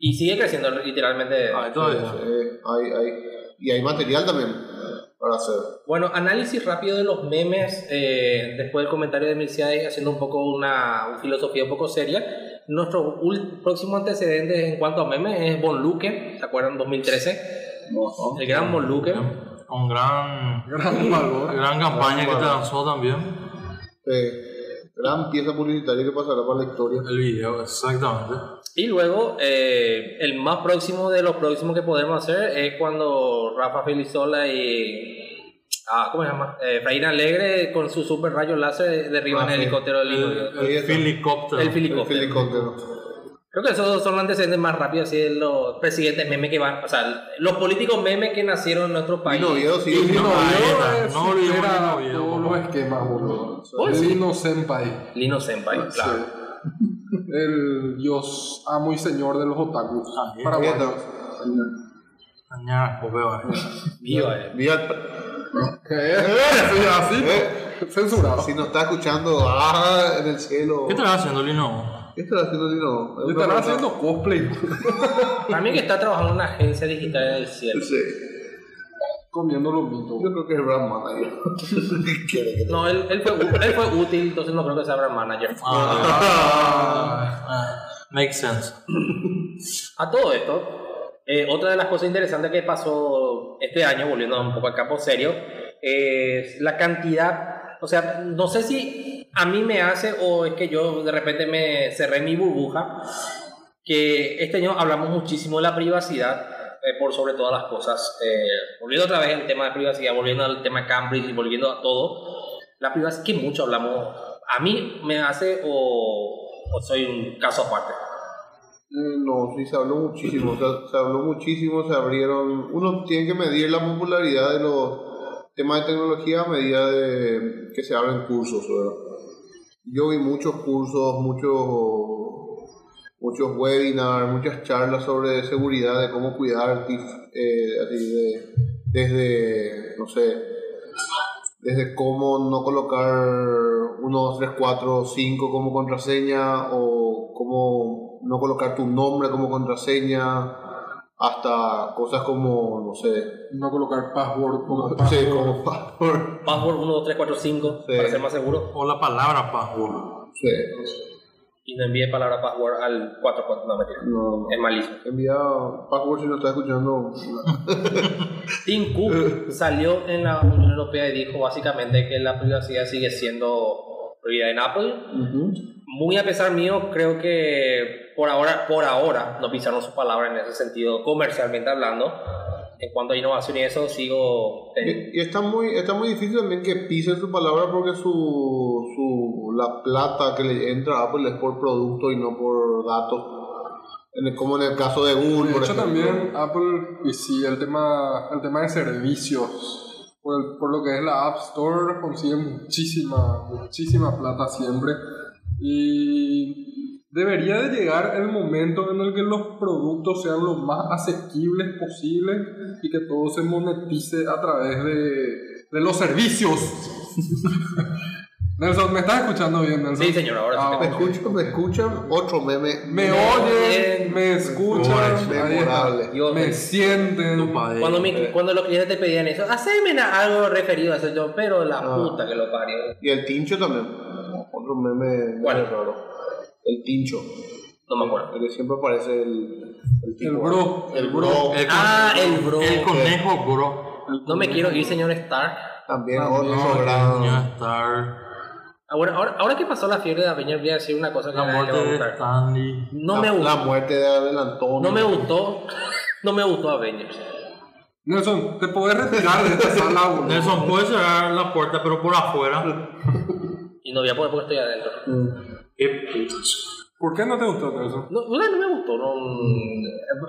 Y sigue creciendo literalmente.
Ah, todavía.
Eh, hay, hay, y hay material también para hacer.
Bueno, análisis rápido de los memes, eh, después del comentario de Mercedes, haciendo un poco una, una filosofía un poco seria. Nuestro ul- próximo antecedente en cuanto a memes es Von Luque, ¿se acuerdan? 2013. El gran Von Luque.
Con gran,
Gran valor.
gran campaña que te lanzó también.
Eh, gran pieza publicitaria que pasará para la historia.
El video, exactamente.
Y luego, eh, el más próximo de los próximos que podemos hacer es cuando Rafa Filizola y. Ah, ¿Cómo se llama? Eh, Reina Alegre con su super rayo láser derriban
Ah,
el
sí.
helicóptero. del-
El,
Ahí
el
está.
helicóptero.
el
El
helicóptero.
helicóptero.
Creo que esos son los antecedentes más rápidos así de los presidentes memes que van, o sea, los políticos memes que nacieron en nuestro país.
Nino Oviedo
Y
sigue
Lino
siendo-
ahí
Oviedo
está.
es-
No olvidemos
supera
Lino Oviedo,
todos
por
los
favor.
esquemas, boludo.
Pues sí.
Lino Senpai.
Lino Senpai,
Ah,
claro.
Sí. El dios amo y señor de los otakus.
Ah, bien.
Paraguayos.
Mañana, Popeo, eh.
Viva, eh.
Mira,
¿Qué? Sí, así.
eh,
Censurado.
si nos está escuchando, ah, en el cielo.
¿Qué estará haciendo Lino?
¿Qué estará haciendo Lino?
Yo estaba haciendo cosplay
También que está trabajando en una agencia digital en el cielo.
Sí.
comiendo lomito.
Yo creo que es brand manager. ¿Qué quiere que te-
No, él, él, fue, u- él fue útil, entonces no creo que sea brand manager.
Ah,
Ah,
ah, makes sense.
A todo esto, eh, otra de las cosas interesantes que pasó este año, volviendo un poco al campo serio, es la cantidad, o sea, no sé si a mí me hace o es que yo de repente me cerré mi burbuja, que este año hablamos muchísimo de la privacidad eh, por sobre todas las cosas. Eh, volviendo otra vez al tema de privacidad, volviendo al tema Cambridge y volviendo a todo, la privacidad que mucho hablamos, a mí me hace o, o soy un caso aparte.
eh, No, sí, se habló muchísimo. o sea, se habló muchísimo, se abrieron. Uno tiene que medir la popularidad de los temas de tecnología a medida de que se abren cursos, ¿verdad? Yo vi muchos cursos, muchos muchos webinars, muchas charlas sobre seguridad, de cómo cuidar, eh, así de- desde, no sé, desde cómo no colocar 1, 2, 3, 4, 5 como contraseña o cómo no colocar tu nombre como contraseña hasta cosas como, no sé,
No colocar
(laughs)
password como
no sé, como password.
Password 1, 2, 3, 4, 5,
Sí.
para ser más seguro.
O la palabra password.
Sí, no sé,
Y no envíe palabra password al 4, 4, no mentira.
no, no.
Es malísimo.
Envía password si no estás escuchando.
Tim Cook salió en la Unión Europea y dijo básicamente que la privacidad sigue siendo prioridad en Apple.
Ujú.
Muy a pesar mío, creo que por ahora, por ahora, no pisaron sus palabras en ese sentido, comercialmente hablando. En cuanto a innovación y eso, sigo... teniendo.
Y, y está muy está muy difícil también que pise su palabra porque su, su la plata que le entra a Apple es por producto y no por datos. En el- como en el caso de Google,
De
por
hecho,
ejemplo.
también Apple, y sí, el tema, el tema de servicios, por, el- por lo que es la App Store, consigue muchísima, muchísima plata siempre. Y debería de llegar el momento en el que los productos sean lo más asequibles posible y que todo se monetice a través de, de
(laughs)
los servicios. Nelson, ¿me estás escuchando bien, Nelson?
Sí, señor, ahora sí
Ah,
te
Me
ok.
escuchan, me escuchan. Otro meme.
Me oyen, me escuchan, ahí está.
Memorable.
Dios,
me sienten.
Tu padre.
cuando, mi- cuando los clientes te pedían eso, haceme algo referido a eso, yo, pero la
Ah.
puta que lo parió.
Y el tincho también. Otro meme
¿Cuál?
meme raro. El tincho.
No me acuerdo.
El que siempre aparece el. El, tipo.
El bro,
El bro.
El
Ah, el bro.
El conejo, bro.
No me quiero ir, señor Stark.
También
Ah,
otro
no,
sobrado.
Ya estar.
Ah, bueno, ahora, ahora que pasó la fiebre de Avenger, voy a decir una cosa que
La
a nadie le
muerte
va a
de
gustar.
Stanley.
No
La-
me
La
gustó.
muerte de Adelantón.
No me gustó. (laughs) No me gustó Avengers.
Nelson, te podés retirar de esta sala, boludo.
Nelson, puedes cerrar la puerta, pero por afuera.
Y no voy a poder porque estoy adentro.
Qué putas.
¿Por qué no te gustó, Nelson?
No, no, no me gustó. no,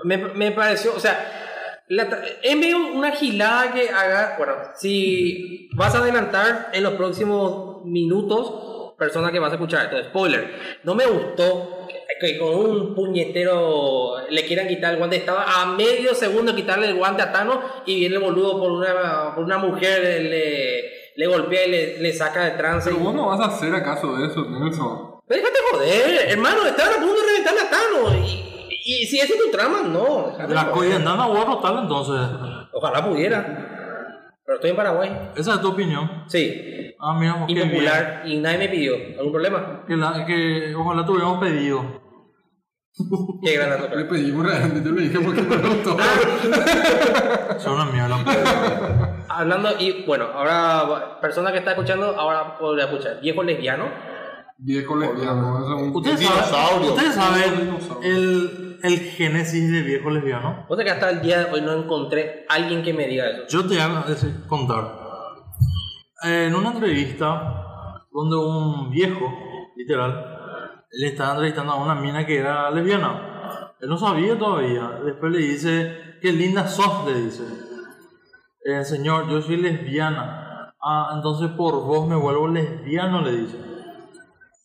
me, me pareció, o sea, la tra- es medio una gilada que haga. Bueno, si vas a adelantar en los próximos minutos, persona que vas a escuchar esto, spoiler, no me gustó que- que con un puñetero le quieran quitar el guante. Estaba a medio segundo de quitarle el guante a Thanos y viene el boludo por una, por una mujer, le, le golpea y le, le saca de trance.
Pero vos no vas a hacer acaso de eso, Nelson.
Pero déjate joder, hermano, estaban a punto de reventar a Thanos y, Y si ese es tu trama, no. déjame
La
joder.
coyendana voy a rotar entonces.
Ojalá pudiera. Pero estoy en Paraguay.
Esa es tu opinión.
Sí.
Ah, mira, qué bien.
Impopular. Y nadie me pidió. ¿Algún problema?
Que, la- que ojalá tuviéramos pedido.
Qué gran
Le
anécdota.
pedimos realmente, yo le dije porque me gustó.
Son una (laughs) mierda.
Hablando, y bueno, ahora, persona que está escuchando, ahora podría escuchar. Viejo lesbiano.
Viejo lesbiano, eso es un...
Ustedes saben,
Dinosaurio.
ustedes saben
Dinosaurio.
el, el génesis de viejo lesbiano.
O sea que hasta el día de hoy no encontré alguien que me diga eso.
Yo te voy a decir- contar. En una entrevista donde un viejo, literal, le estaba entrevistando a una mina que era lesbiana. Él no sabía todavía. Después le dice, qué linda sos, le dice. "Eh, señor, yo soy lesbiana. Ah, entonces por vos me vuelvo lesbiano, le dice.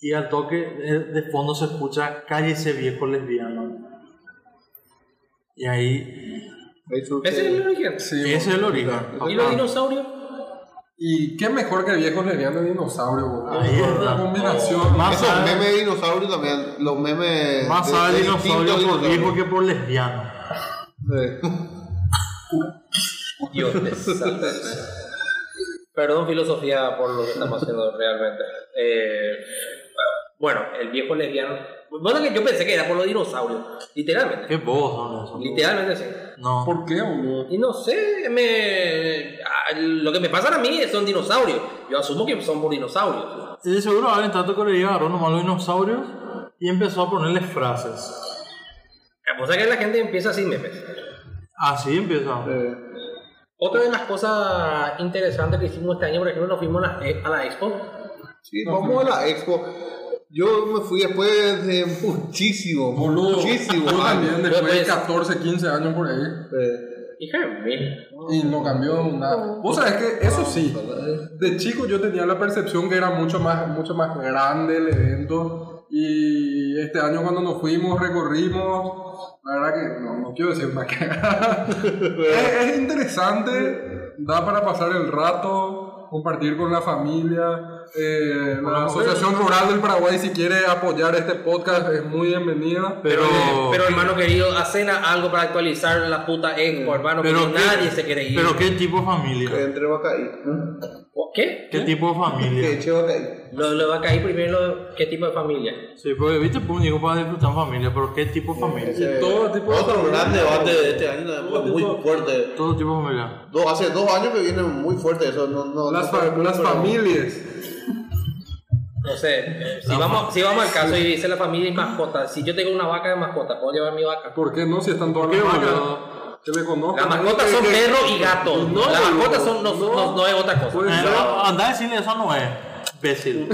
Y al toque eh, de fondo se escucha, cállese viejo lesbiano. Y ahí,
eh,
Ese es el origen.
Sí,
ese es el origen.
¿Y
Ajá.
los dinosaurios?
Y qué mejor que viejos lesbianos dinosaurio, boludo.
Ahí está.
Una combinación.
Más
Esos
sabe-
memes de dinosaurio también, los memes.
Más
de-
sabe
de
dinosaurio
distintos
por viejo
dinosaurios.
que por lesbiano.
Sí.
Dios te salve. Perdón, filosofía, por lo que estamos haciendo realmente. Eh, bueno, el viejo lesbiano. Bueno, que yo pensé que era por los dinosaurios. Literalmente.
Qué bobos son esos.
Literalmente sí.
No.
¿Por qué, boludo?
Y no sé, me, ah, lo que me pasan a mí son dinosaurios. Yo asumo que son por dinosaurios.
Y de seguro alguien tanto que le llegaron nomás los dinosaurios y empezó a ponerle frases.
O sea que la gente empieza así memes.
Así empieza.
Eh,
Otra de las cosas interesantes que hicimos este año, por ejemplo, nos fuimos a la, a la expo.
Sí, vamos a la expo. Yo me fui después de muchísimo,
Boludo.
muchísimo.
Yo
años.
también, después de
Pues-
14, 15 años por ahí.
Eh,
Hija de mil.
Y no cambió nada. Vos sabés que, eso sí, de chico yo tenía la percepción que era mucho más, mucho más grande el evento. Y este año cuando nos fuimos, recorrimos, la verdad que no, no quiero decir más (laughs) que es, es interesante, da para pasar el rato, compartir con la familia. Eh, la Asociación Rural del Paraguay, si quiere apoyar este podcast, es muy bienvenida.
Pero,
Pero hermano querido, hacen algo para actualizar la puta expo, hermano.
pero
que
qué-
nadie se quiere ir.
pero qué tipo de familia.
que entre Bacaí. ¿no?
¿Qué?
¿Qué tipo de
Que
familia?
eche Bacaí.
Lo, lo va a caer primero lo- qué tipo de familia.
Sí, porque viste, pues digo para disfrutar en familia, pero qué tipo de familia.
Ese-
todo tipo de-
Otro gran debate de este año también, muy fuerte.
Todo tipo de familia.
Dos- hace dos años que viene muy fuerte eso. No, no,
Las,
no-
fa- las
pero-
familias.
No sé, eh, si, vamos, si vamos al caso y dice la familia y mascota, si yo tengo una vaca de mascota, ¿puedo llevar mi vaca?
¿Por qué no? Si están todas
¿Por qué,
las vacas.
boludo?
Que le conozco.
Las mascotas son perro y gato.
No,
las
boludo,
mascotas son, no,
no.
no- no es otra cosa.
Pues-
Eh, a- Andá a decirle eso no es. Imbécil.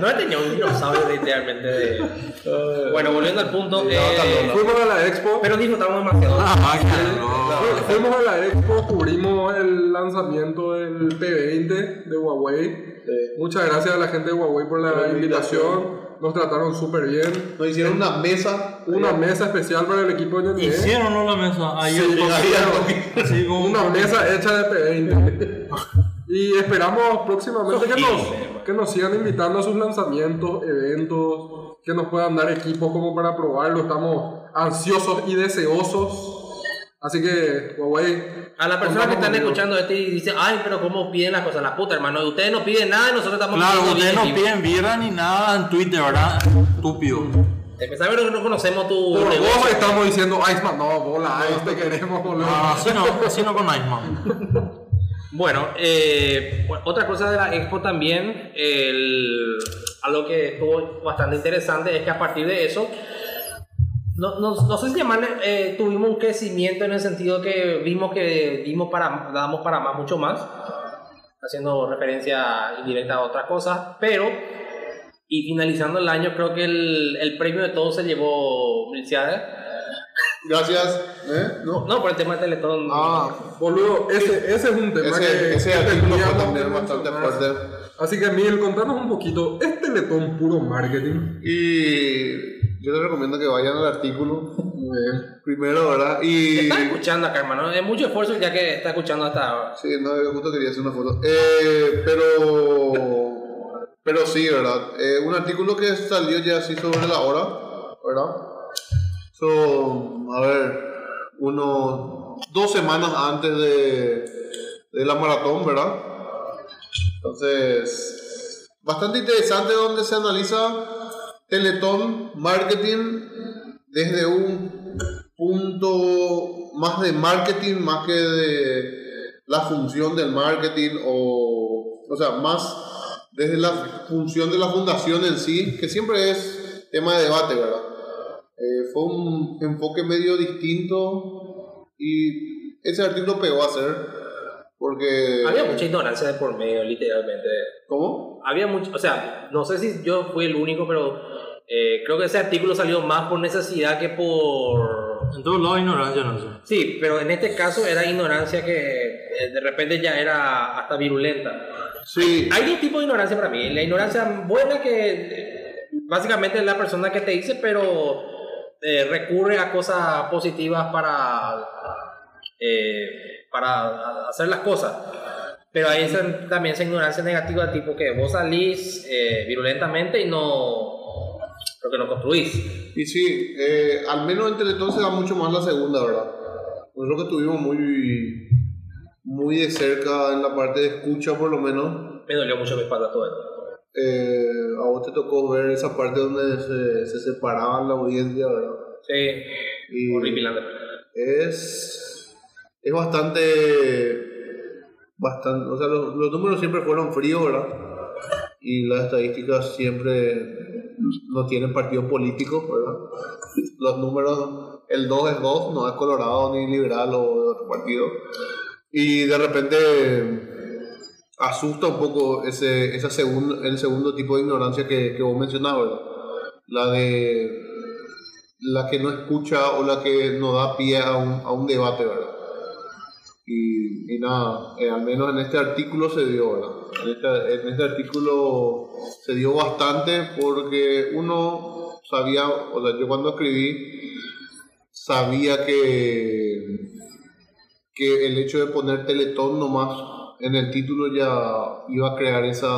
No he tenido un dinosaurio literalmente de... Bueno, volviendo al punto, eh,
Fuimos a la expo.
pero disfrutamos demasiado.
Ah, máquina, no.
fu- Fuimos a la expo, cubrimos el lanzamiento del P20 de Huawei.
Sí.
Muchas gracias a la gente de Huawei por la
Por la
invitación. Nos trataron súper bien.
Nos hicieron una mesa.
Una mesa especial para el equipo de E. NTE.
Hicieron una mesa. Ahí
¿Eh? Sí,
entonces-
ahí
Sí, con
Una mesa hecha de P20. Y esperamos próximamente que nos, que nos sigan invitando a sus lanzamientos, eventos, que nos puedan dar equipos como para probarlo. Estamos ansiosos y deseosos. Así que, Huawei.
A las personas que
contamos
están
conmigo.
escuchando esto y dicen, ay, pero cómo piden las cosas, la puta, hermano. Ustedes no piden nada y nosotros estamos
Claro,
pidiendo
ustedes no
bien,
piden birra ni nada en Twitter, ¿verdad? Estúpido.
tío. Empezar a ver que no conocemos tu
Por
negocio.
vos estamos diciendo, Iceman, no, bola, Ice, te queremos, boludo.
Ah, así no, así no con Iceman.
Bueno, eh, bueno, otra cosa de la expo también, el, algo que estuvo bastante interesante es que a partir de eso, no, no, no sé si llamarle, eh, tuvimos un crecimiento en el sentido que vimos que dimos para, damos para más, mucho más, haciendo referencia indirecta a otras cosas, pero, y finalizando el año, creo que el, el premio de todos se llevó Milciades.
Gracias. ¿Eh? No.
No, por el tema de Teletón.
Ah,
Boludo, ese, ese es un tema
ese,
que,
ese
que
artículo fue
teníamos que
también bastante
mencionar.
fuerte.
Así que, Miguel, contanos un poquito. ¿Es Teletón puro marketing?
Y yo les recomiendo que vayan al artículo eh,
Muy bien.
primero, ¿verdad? Y.
Está escuchando acá, hermano. Es mucho esfuerzo ya que está escuchando hasta ahora.
Sí, no, yo justo quería hacer una foto. Eh, pero. Pero sí, ¿verdad? Eh, un artículo que salió ya así sobre la hora. ¿verdad? So, a ver, unos dos semanas antes de, de la maratón, ¿verdad? Entonces, bastante interesante donde se analiza Teletón marketing desde un punto más de marketing, más que de la función del marketing o, o sea, más desde la función de la fundación en sí, que siempre es tema de debate, ¿verdad? Eh, fue un enfoque medio distinto y ese artículo pegó a ser porque...
Había mucha ignorancia de por medio, literalmente.
¿Cómo?
Había mucho, o sea, no sé si yo fui el único, pero eh, creo que ese artículo salió más por necesidad que por...
En todos lados ignorancia, no sé.
Sí, pero en este caso era ignorancia que eh, de repente ya era hasta virulenta.
Sí,
Hay dos tipos de ignorancia para mí. La ignorancia buena que eh, básicamente es la persona que te dice, pero eh, recurre a cosas positivas para, eh, para hacer las cosas. Pero hay esa- también esa ignorancia negativa, tipo que vos salís eh, virulentamente y no... Creo que no construís.
y sí, eh, al menos entre entonces da mucho más la segunda, ¿verdad? Nosotros que tuvimos muy, muy de cerca en la parte de escucha, por lo menos.
Me dolió mucho mi espalda todo esto.
Eh, a vos te tocó ver esa parte donde se, se separaban la audiencia, ¿verdad?
Sí,
Y
horripilante.
es, es bastante, bastante, o sea, los, los números siempre fueron fríos, ¿verdad? Y las estadísticas siempre no tienen partido político, ¿verdad? Los números, el 2 es 2, no es colorado ni liberal o de otro partido. Y de repente asusta un poco ese, esa segun- el segundo tipo de ignorancia que, que vos mencionabas, ¿verdad? La de la que no escucha o la que no da pie a un, a un debate, ¿verdad? Y, y nada, eh, al menos en este artículo se dio, ¿verdad? En este, en este artículo se dio bastante porque uno sabía, o sea, yo cuando escribí sabía que, que el hecho de poner Teletón nomás en el título ya iba a crear esa,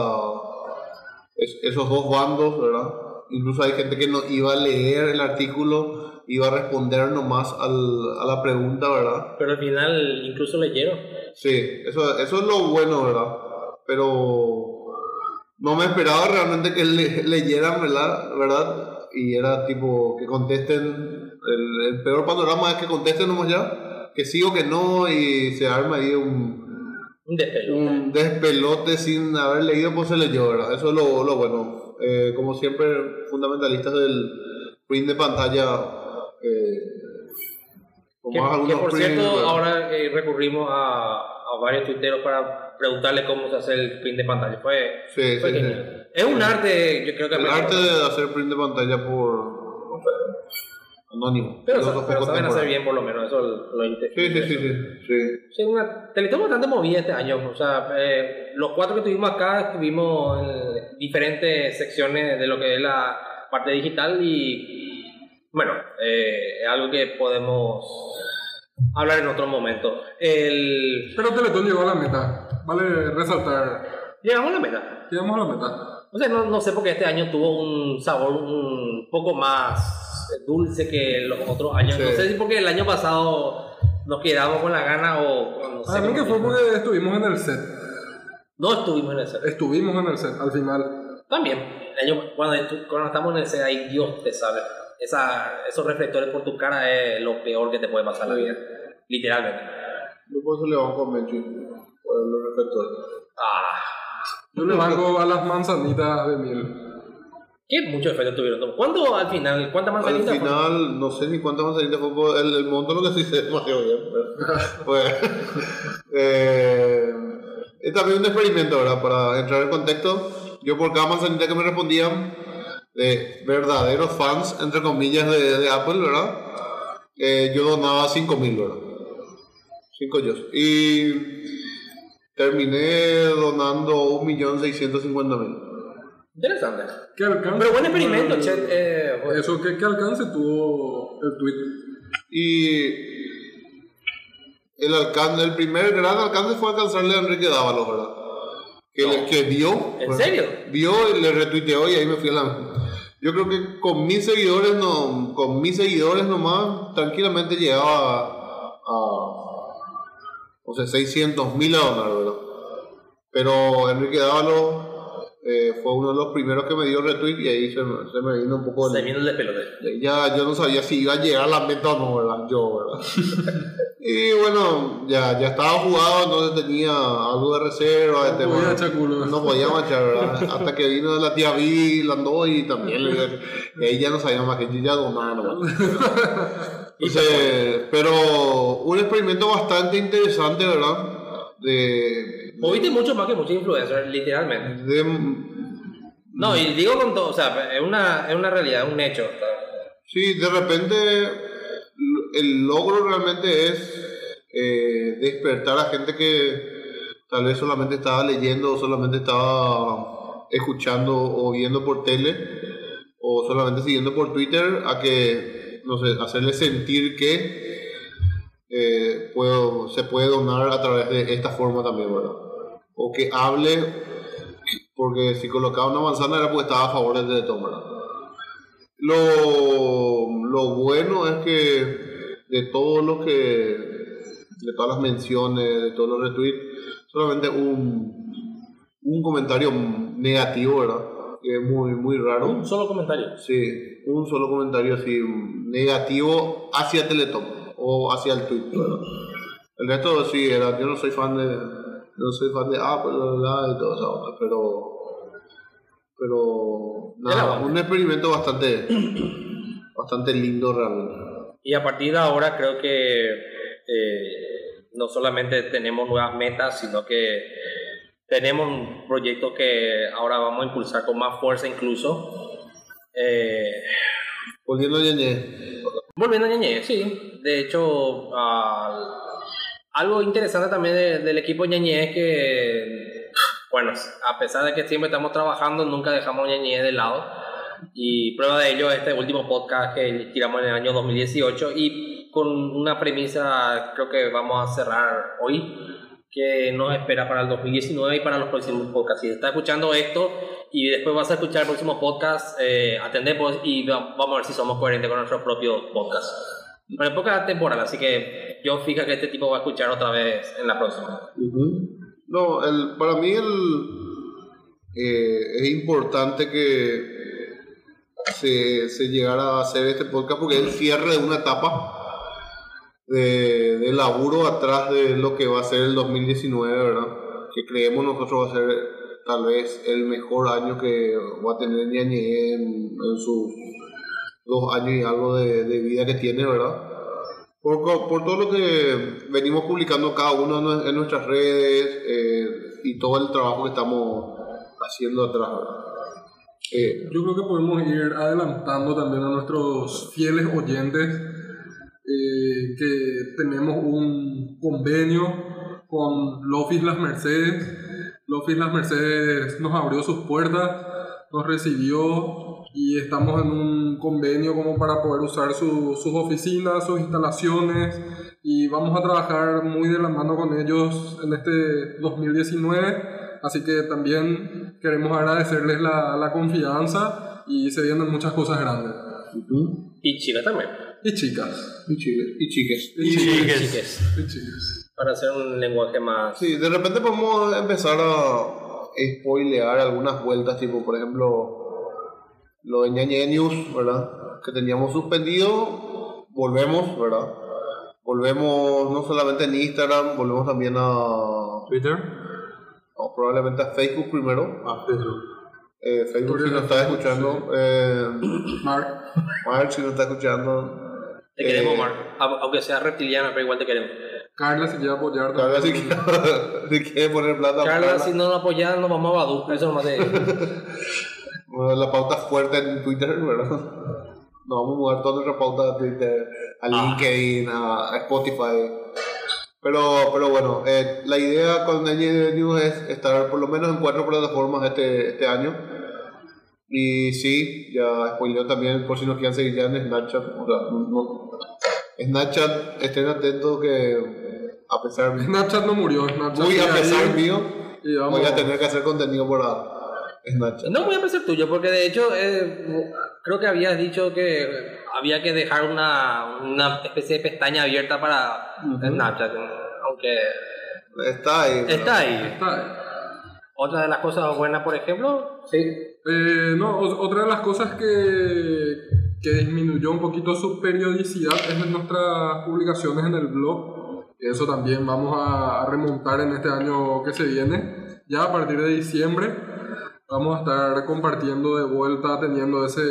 es- esos dos bandos, ¿verdad? Incluso hay gente que no iba a leer el artículo, iba a responder nomás al- a la pregunta, ¿verdad?
Pero al final incluso leyeron.
Sí, eso, eso es lo bueno, ¿verdad? Pero no me esperaba realmente que le- leyeran, ¿verdad? ¿verdad? Y era tipo que contesten, el, el peor panorama es que contesten nomás ya, que sí o que no, y se arma ahí un,
Un despelo.
un despelote sin haber leído, pues se leyó, ¿verdad? Eso es lo, lo bueno. Eh, como siempre, fundamentalistas del print de pantalla. Eh, con
Que,
más
que
algunos
por
print,
cierto,
¿verdad?
ahora eh, recurrimos a, a varios tuiteros para preguntarle cómo se hace el print de pantalla. Fue,
Sí,
fue
sí, sí.
genial. Es un arte, yo creo que...
El
mejor.
arte de hacer print de pantalla por. no sé, anónimo.
Pero,
Los
sa-
ojos
pero saben hacer
contemporáneos.
bien por lo menos, eso lo lo inte-
Sí, sí, sí, sí, sí.
Sí, una Teletón bastante movida este año. O sea, eh, los cuatro que tuvimos acá estuvimos en diferentes secciones de lo que es la parte digital y bueno, eh, es algo que podemos hablar en otro momento. El...
Pero Teletón llegó a la meta. Vale resaltar.
Llegamos a la meta.
Llegamos a la meta.
O sea, no, no sé por qué este año tuvo un sabor un poco más dulce que los otros años.
Sí.
No sé si porque el año pasado nos quedamos con la gana o o no sé.
A mí que
cómo
fue
fue.
porque estuvimos en el set.
No estuvimos en el set.
Estuvimos en el set al final.
También, el año, cuando, estu- cuando estamos en el set, ahí Dios te sabe. Esa, esos reflectores por tu cara es lo peor que te puede pasar en la vida. Literalmente.
Yo por eso le banco a Menchi. Por el respeto.
Ah,
Yo le banco a las manzanitas de miel.
qué muchos efectos tuvieron. ¿Cuánto al final? ¿Cuántas
Al
manzanitas? fueron?
final, no sé ni cuántas manzanitas fue por- el, el monto, lo que sí sé demasiado bien. pero- pues, (laughs) eh, es también un experimento, ¿verdad? Para entrar en contexto, yo por cada manzanita que me respondían, de verdaderos fans, entre comillas, de, de Apple, ¿verdad? Eh, yo donaba 5 mil, ¿verdad? 5 yo. Y terminé donando 1.650.000.
Interesante.
¿Qué alcance?
Pero buen
tuvo
experimento,
el-
Chet. Eh, bueno.
Eso, ¿qué, qué alcance tuvo el tweet?
Y el alcance, el primer gran alcance fue alcanzarle a Enrique Dávalos, ¿verdad? Que, le- que vio. pues,
¿En
¿verdad?
serio?
Vio y le retuiteó y ahí me fui a la. Yo creo que con mis seguidores no, con mis seguidores nomás tranquilamente llegaba a, a no sé, 600 mil a donar, ¿verdad? Pero Enrique Dávalo eh, fue uno de los primeros que me dio retweet y ahí se, me- se me vino un poco
Se
el-
viene el despelote.
ya yo no sabía si iba a llegar a la meta o no, ¿verdad? Yo, ¿verdad?
(laughs)
y bueno, ya, ya estaba jugado, entonces tenía algo de reserva.
No
este,
podía
bueno,
echar culo.
No podía manchar, ¿verdad? Hasta que vino la tía Vivi, Landó y también le dio- Y ahí ya no sabía más que yo ya donaba
(laughs)
nomás. Entonces, pero un experimento bastante interesante, ¿verdad? De...
Moviste mucho más que muchos influencers, literalmente.
de
No, y digo con todo, o sea, es una, es una realidad, un hecho. o sea.
Sí, de repente lo- el logro realmente es eh, despertar a gente que tal vez solamente estaba leyendo o solamente estaba escuchando o viendo por tele o solamente siguiendo por Twitter a que, no sé, hacerle sentir que eh, puedo, se puede donar a través de esta forma también, ¿verdad? O que hable, porque si colocaba una manzana era porque estaba a favor del Teletón, ¿verdad? Lo, lo bueno es que de todos los que, de todas las menciones, de todos los retweets, solamente un, un comentario negativo, ¿verdad? Que es muy, muy raro.
Un solo comentario.
Sí, un solo comentario así negativo hacia Teletón o hacia el tweet. ¿verdad? El resto sí era, yo no soy fan de, yo no soy fan de Apple bla, bla, bla, y todo eso, pero pero
Era
nada,
bueno.
un experimento bastante bastante lindo realmente.
Y a partir de ahora creo que eh, no solamente tenemos nuevas metas, sino que tenemos proyectos que ahora vamos a impulsar con más fuerza incluso. Eh,
Volviendo a Ñeñe,
Volviendo a Ñañez, sí. De hecho, al- algo interesante también de- del equipo Ñañez es que, bueno, a pesar de que siempre estamos trabajando, nunca dejamos a Ñañez de lado. Y prueba de ello es este último podcast que tiramos en el año 2018 y con una premisa creo que vamos a cerrar hoy que nos espera para el 2019 y para los próximos podcasts. Si está escuchando esto y después vas a escuchar el próximo podcast, eh, atendemos y va- vamos a ver si somos coherentes con nuestros propios podcasts. Pero el podcast es temporal, así que yo fija que este tipo va a escuchar otra vez en la próxima.
no, el, para mí el, eh, es importante que se, se llegara a hacer este podcast porque es el cierre de una etapa de, de laburo atrás de lo que va a ser el 2019, ¿verdad? Que creemos nosotros va a ser tal vez el mejor año que va a tener Ñañe en, en sus dos años y algo de, de vida que tiene, ¿verdad? Por, co- por todo lo que venimos publicando cada uno en nue- en nuestras redes eh, y todo el trabajo que estamos haciendo atrás, ¿verdad? Eh,
Yo creo que podemos ir adelantando también a nuestros fieles oyentes eh, que tenemos un convenio con Lofis Las Mercedes. Lofis Las Mercedes nos abrió sus puertas, nos recibió y estamos en un convenio como para poder usar su- sus oficinas, sus instalaciones y vamos a trabajar muy de la mano con ellos en este 2019. Así que también queremos agradecerles la, la confianza y se vienen muchas cosas grandes.
Y chicas también.
Y chicas.
Y chiques. Y chiques.
Y
Chiques.
Y chicas.
Para hacer un lenguaje más...
Sí, de repente podemos empezar a spoilear algunas vueltas, tipo, por ejemplo, lo de Ñañe News, ¿verdad? Que teníamos suspendido, volvemos, ¿verdad? Volvemos no solamente en Instagram, volvemos también a,
Twitter.
o probablemente a Facebook primero.
Ah, Facebook.
Eh, Facebook si nos está escuchando, eh,
Mark.
Mark si nos está escuchando,
Te queremos,
Eh.
Mark. Au- Aunque sea reptiliana, pero igual te queremos.
Carla se quiere apoyar.
Carla si (laughs)
también.
quiere, si quiere poner plata,
Carla,
Carla.
si no nos apoyas, nos vamos a Badu. Eso nomás te...
Bueno, la pauta fuerte en Twitter, ¿verdad? (laughs) Nos vamos a mudar toda nuestra pauta a Twitter, a LinkedIn, a, a Spotify. Pero, pero bueno, eh, la idea con Ñañe News es estar por lo menos en cuatro plataformas este, este año. Y sí, ya spoileo también por si nos quieren seguir ya en Snapchat. O sea, no- no- Snapchat, estén atentos que a pesar (laughs) mío,
Snapchat no murió. Snapchat
muy
sigue
a pesar
ahí.
mío,
Y vamos.
voy a tener que hacer contenido para Snapchat.
No voy a pensar tuyo, porque de hecho eh, creo que habías dicho que había que dejar una, una especie de pestaña abierta para Snapchat, aunque
Está ahí. pero-
está ahí.
Está-
Otra de las cosas buenas, por ejemplo, sí,
Eh, no, o- otra de las cosas que, que disminuyó un poquito su periodicidad es en nuestras publicaciones en el blog. Eso también vamos a, a remontar en este año que se viene. Ya a partir de diciembre vamos a estar compartiendo de vuelta, teniendo ese,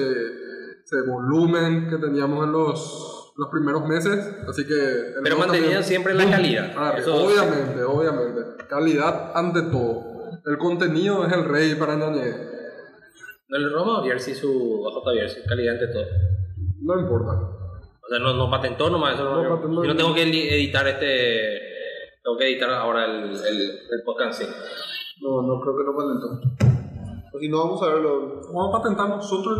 ese volumen que teníamos en los, los primeros meses. Así que... el
pero
blog también-
mantenían siempre la calidad.
Ah,
Eso-
obviamente, obviamente. Calidad ante todo. El contenido es el rey para Ñañez.
No le robo a Jersey su a J. Jersey, calidad ante todo.
No importa.
O sea, no, no patentó nomás eso. No,
No patentó.
yo no tengo que li- editar este. Tengo que editar ahora el, el, el podcast en sí.
No, no creo que lo patentó. Porque no vamos a verlo.
Vamos a patentar nosotros.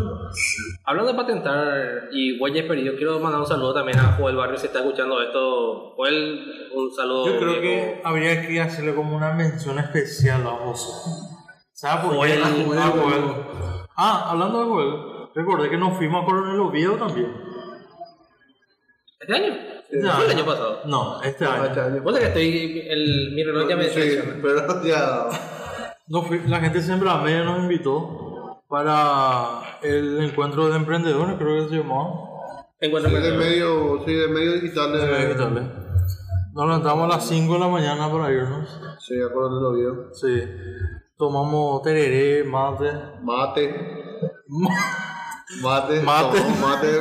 Hablando de patentar y güeyes perdidos, quiero mandar un saludo también a Joel Barrio si está escuchando esto. Joel, un saludo.
Yo
viejo.
creo que habría que hacerle como una mención especial a vos. ¿Sabes por
Joel,
qué? Ah,
Joel.
Joel. Ah, hablando de Joel, recordé que nos fuimos a Coronel Oviedo también.
¿Este año?
No,
¿Fue el
no.
año pasado?
No, este
Ah,
año.
Este año.
Vos sabés que estoy. El, mi reloj ya me
Sí,
traiciona.
pero ya.
Nos fui- la gente siempre a media nos invitó para el encuentro de emprendedores, creo que se llamaba.
Encuentro
Soy de
perdido.
medio, soy de medio digital.
Eh, ¿qué
De,
tal, eh? Nos levantamos a las 5 de la mañana para irnos.
sí, acuérdate lo vio.
Sí. Tomamos tereré, mate.
Mate. Mate.
Mate.
tomamos mate.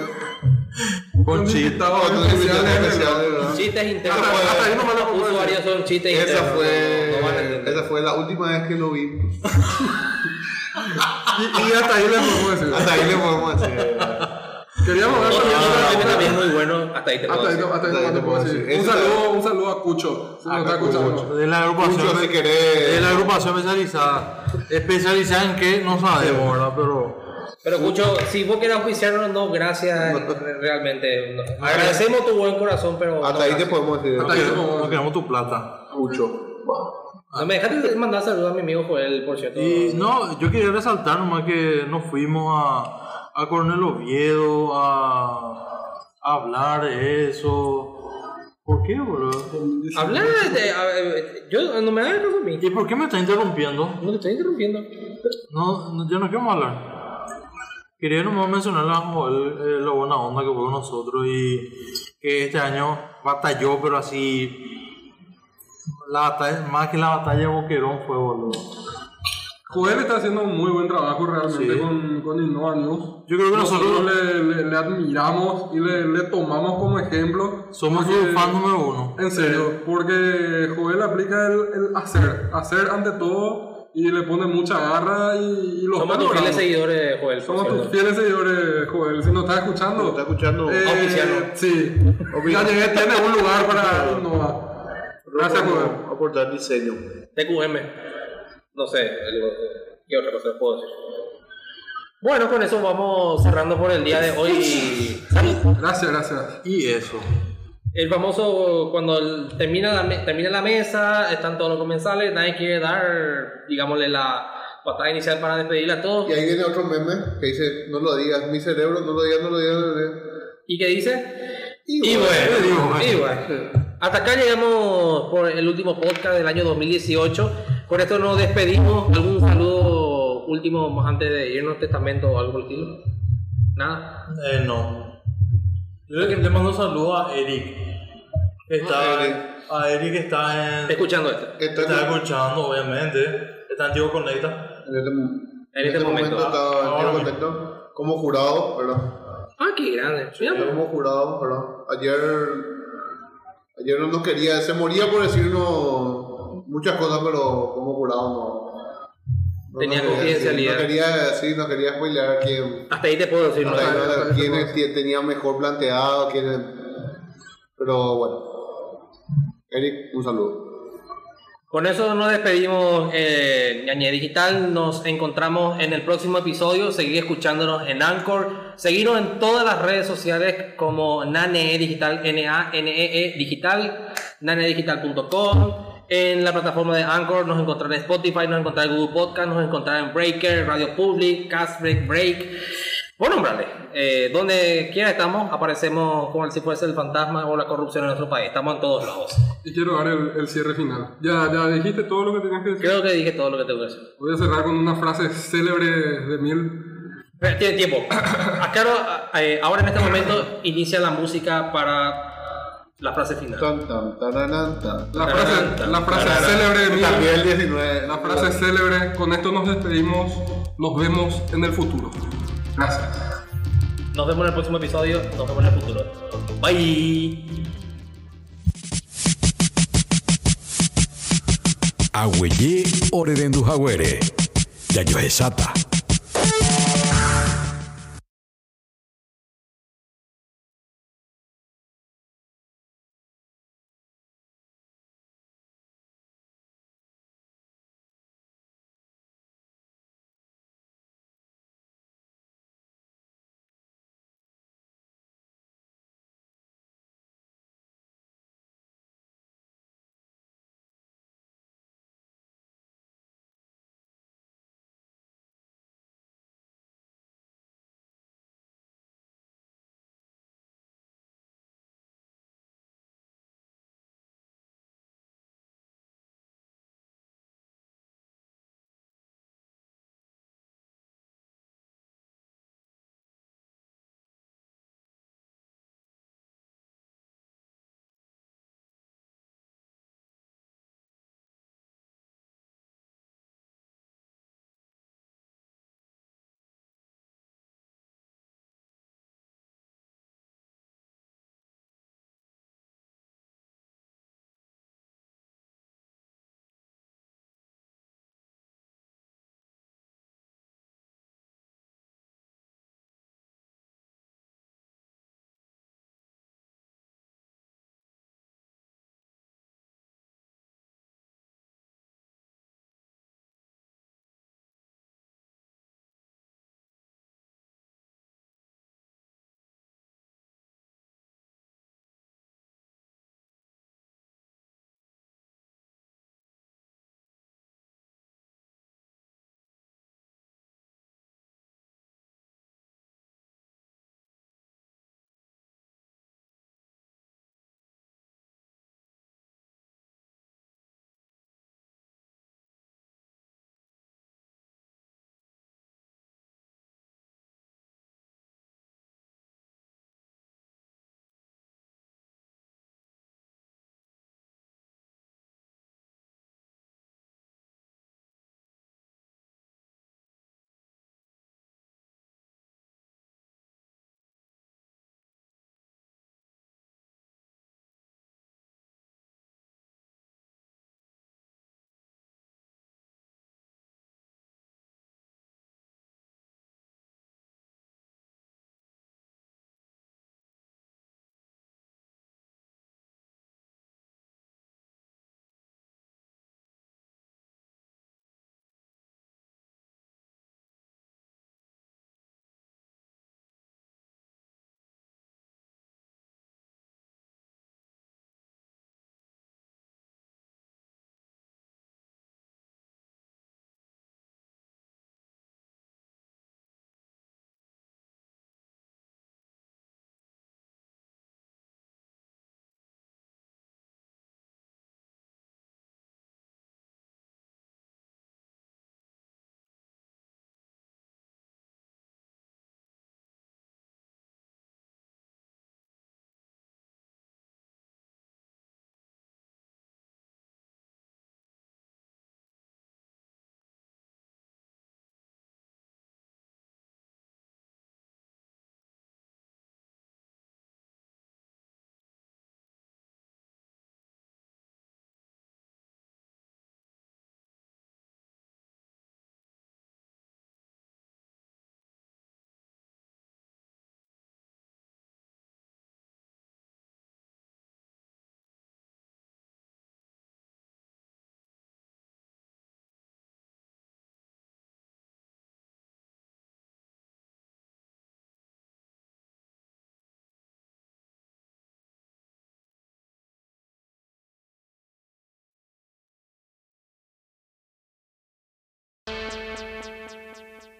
Conchita.
Otro
eh,
invitado especial, ¿verdad?
Chistes internos.
Hasta- hasta ahí nomás lo puedo decir.
usuarios son chistes
Esa
internos.
fue,
no- no van a entender.
esa fue la última vez que lo vi.
Y, y hasta ahí le podemos decir.
Hasta ahí le podemos decir.
Queríamos ver
Otro
también.
tema también muy bueno. Ah, Hasta ahí te puedo
Hasta ahí,
decir.
no- hasta ahí no te puedo decir.
Ese
Un
está-
saludo, un saludo a Cucho.
Ah,
Si nos está escuchando.
De la
Mucho
agrupación.
si querés.
Es la agrupación especializada. Especializada en qué, no sabemos, ¿verdad? Pero.
Pero Cucho, si vos querés auspiciarnos, no, gracias. re- Realmente. no. Agradecemos tu buen corazón, pero.
Hasta
no,
ahí te
gracias.
podemos decir.
Hasta ahí
no
no podemos
queremos- no queremos tu plata.
Cucho.
No me dejaste de mandar saludos a mi amigo Joel, por cierto.
Y no, yo quería resaltar nomás que nos fuimos a, a Coronel Oviedo a, a hablar de eso. ¿Por qué, boludo?
Hablar de. a ver, yo ah, no me hagas caso a mí.
¿Y por qué me está interrumpiendo?
No te estoy interrumpiendo.
No, no, yo no quiero hablar. Quería nomás mencionar la, el- eh, la buena onda que fue con nosotros y que este año batalló, pero así. La batalla, más que la batalla de Boquerón fue, boludo.
Joel está haciendo un muy buen trabajo realmente
Sí.
con, con Innova News.
Yo creo que nosotros
le, le- le admiramos y le, le tomamos como ejemplo.
somos
Porque-
su fan número uno.
En serio, porque Joel aplica el, el hacer, hacer ante todo y le pone mucha garra y, y lo
Somos tus
está
fieles
logrando.
seguidores, Joel. por
Somos tus
cierto.
fieles seguidores, Joel. Si nos estás escuchando,
Nos está escuchando.
eh,
Oficial.
sí, ya llegué, tiene un lugar para innovar. Gracias, Joel.
Aportar diseño.
TQM. No sé, el- ¿qué otra cosa puedo decir? Bueno, con eso vamos cerrando por el día de hoy.
Gracias, gracias.
Y eso.
El famoso, cuando el- termina la, me- termina la mesa, están todos los comensales, nadie quiere dar, digámosle, la patada inicial para despedirle a todos.
Y ahí viene otro meme que dice, no lo digas, mi cerebro, no lo digas, no lo digas, no lo digas.
¿Y qué dice?
Y
bueno.
y bueno. Hasta acá llegamos por el último podcast del año 2018. Con esto nos despedimos. ¿Algún saludo último antes de irnos, testamento o algo por el estilo? Nada.
Eh, no. Yo le, le mando un saludo a Eric. que
Ah,
Está,
Eric.
A Eric que está en.
Está Escuchando esto.
Está
Está
en,
escuchando, obviamente. Está en Tío Conecta.
en este,
En este momento.
estaba
Ahora
en
mismo.
contacto como jurado, ¿verdad?
Ah, qué grande. Mira,
Yo como jurado, ¿verdad? Ayer, ayer no nos quería, se moría por decirnos muchas cosas, pero como jurado no. no
Tenía
nos quería decir,
confidencialidad.
No quería, sí, no quería spoilear quién,
Hasta ahí te puedo decir. ¿no?
hasta ahí,
no,
hasta
no, no,
quién
no.
es- quién tenía mejor planteado, quién... Pero bueno. Eric, un saludo.
Con eso nos despedimos, eh, Ñañe Digital. Nos encontramos en el próximo episodio. Seguir escuchándonos en Anchor. Seguirnos en todas las redes sociales como Nane E Digital, N-A-N-E-E E Digital, nanedigital.com. En la plataforma de Anchor nos encontrarán en Spotify, nos encontrarán en Google Podcast, nos encontrarán en Breaker, Radio Public, Castbreak Break. Vos nombrale. Eh, donde quiera estamos, aparecemos como si fuese el fantasma o la corrupción en nuestro país. Estamos en todos lados.
Y quiero dar el, el cierre final. Ya, ya dijiste todo lo que tenías que decir.
Creo que dije todo lo que tengo que decir.
Voy a cerrar con una frase célebre de Mill.
Pero tiene tiempo. (clears throat) Acá, eh, ahora en este momento, inicia la música para la frase final.
Tan, tan, tararán, tan.
La frase, la frase célebre de
También
Mill.
el 19.
La frase célebre. Con esto nos despedimos. Nos vemos en el futuro. Gracias.
Nos vemos en el próximo episodio. Nos vemos en el futuro. Bye.
Agüellé Oredendu Jagüere. Yayo Esata.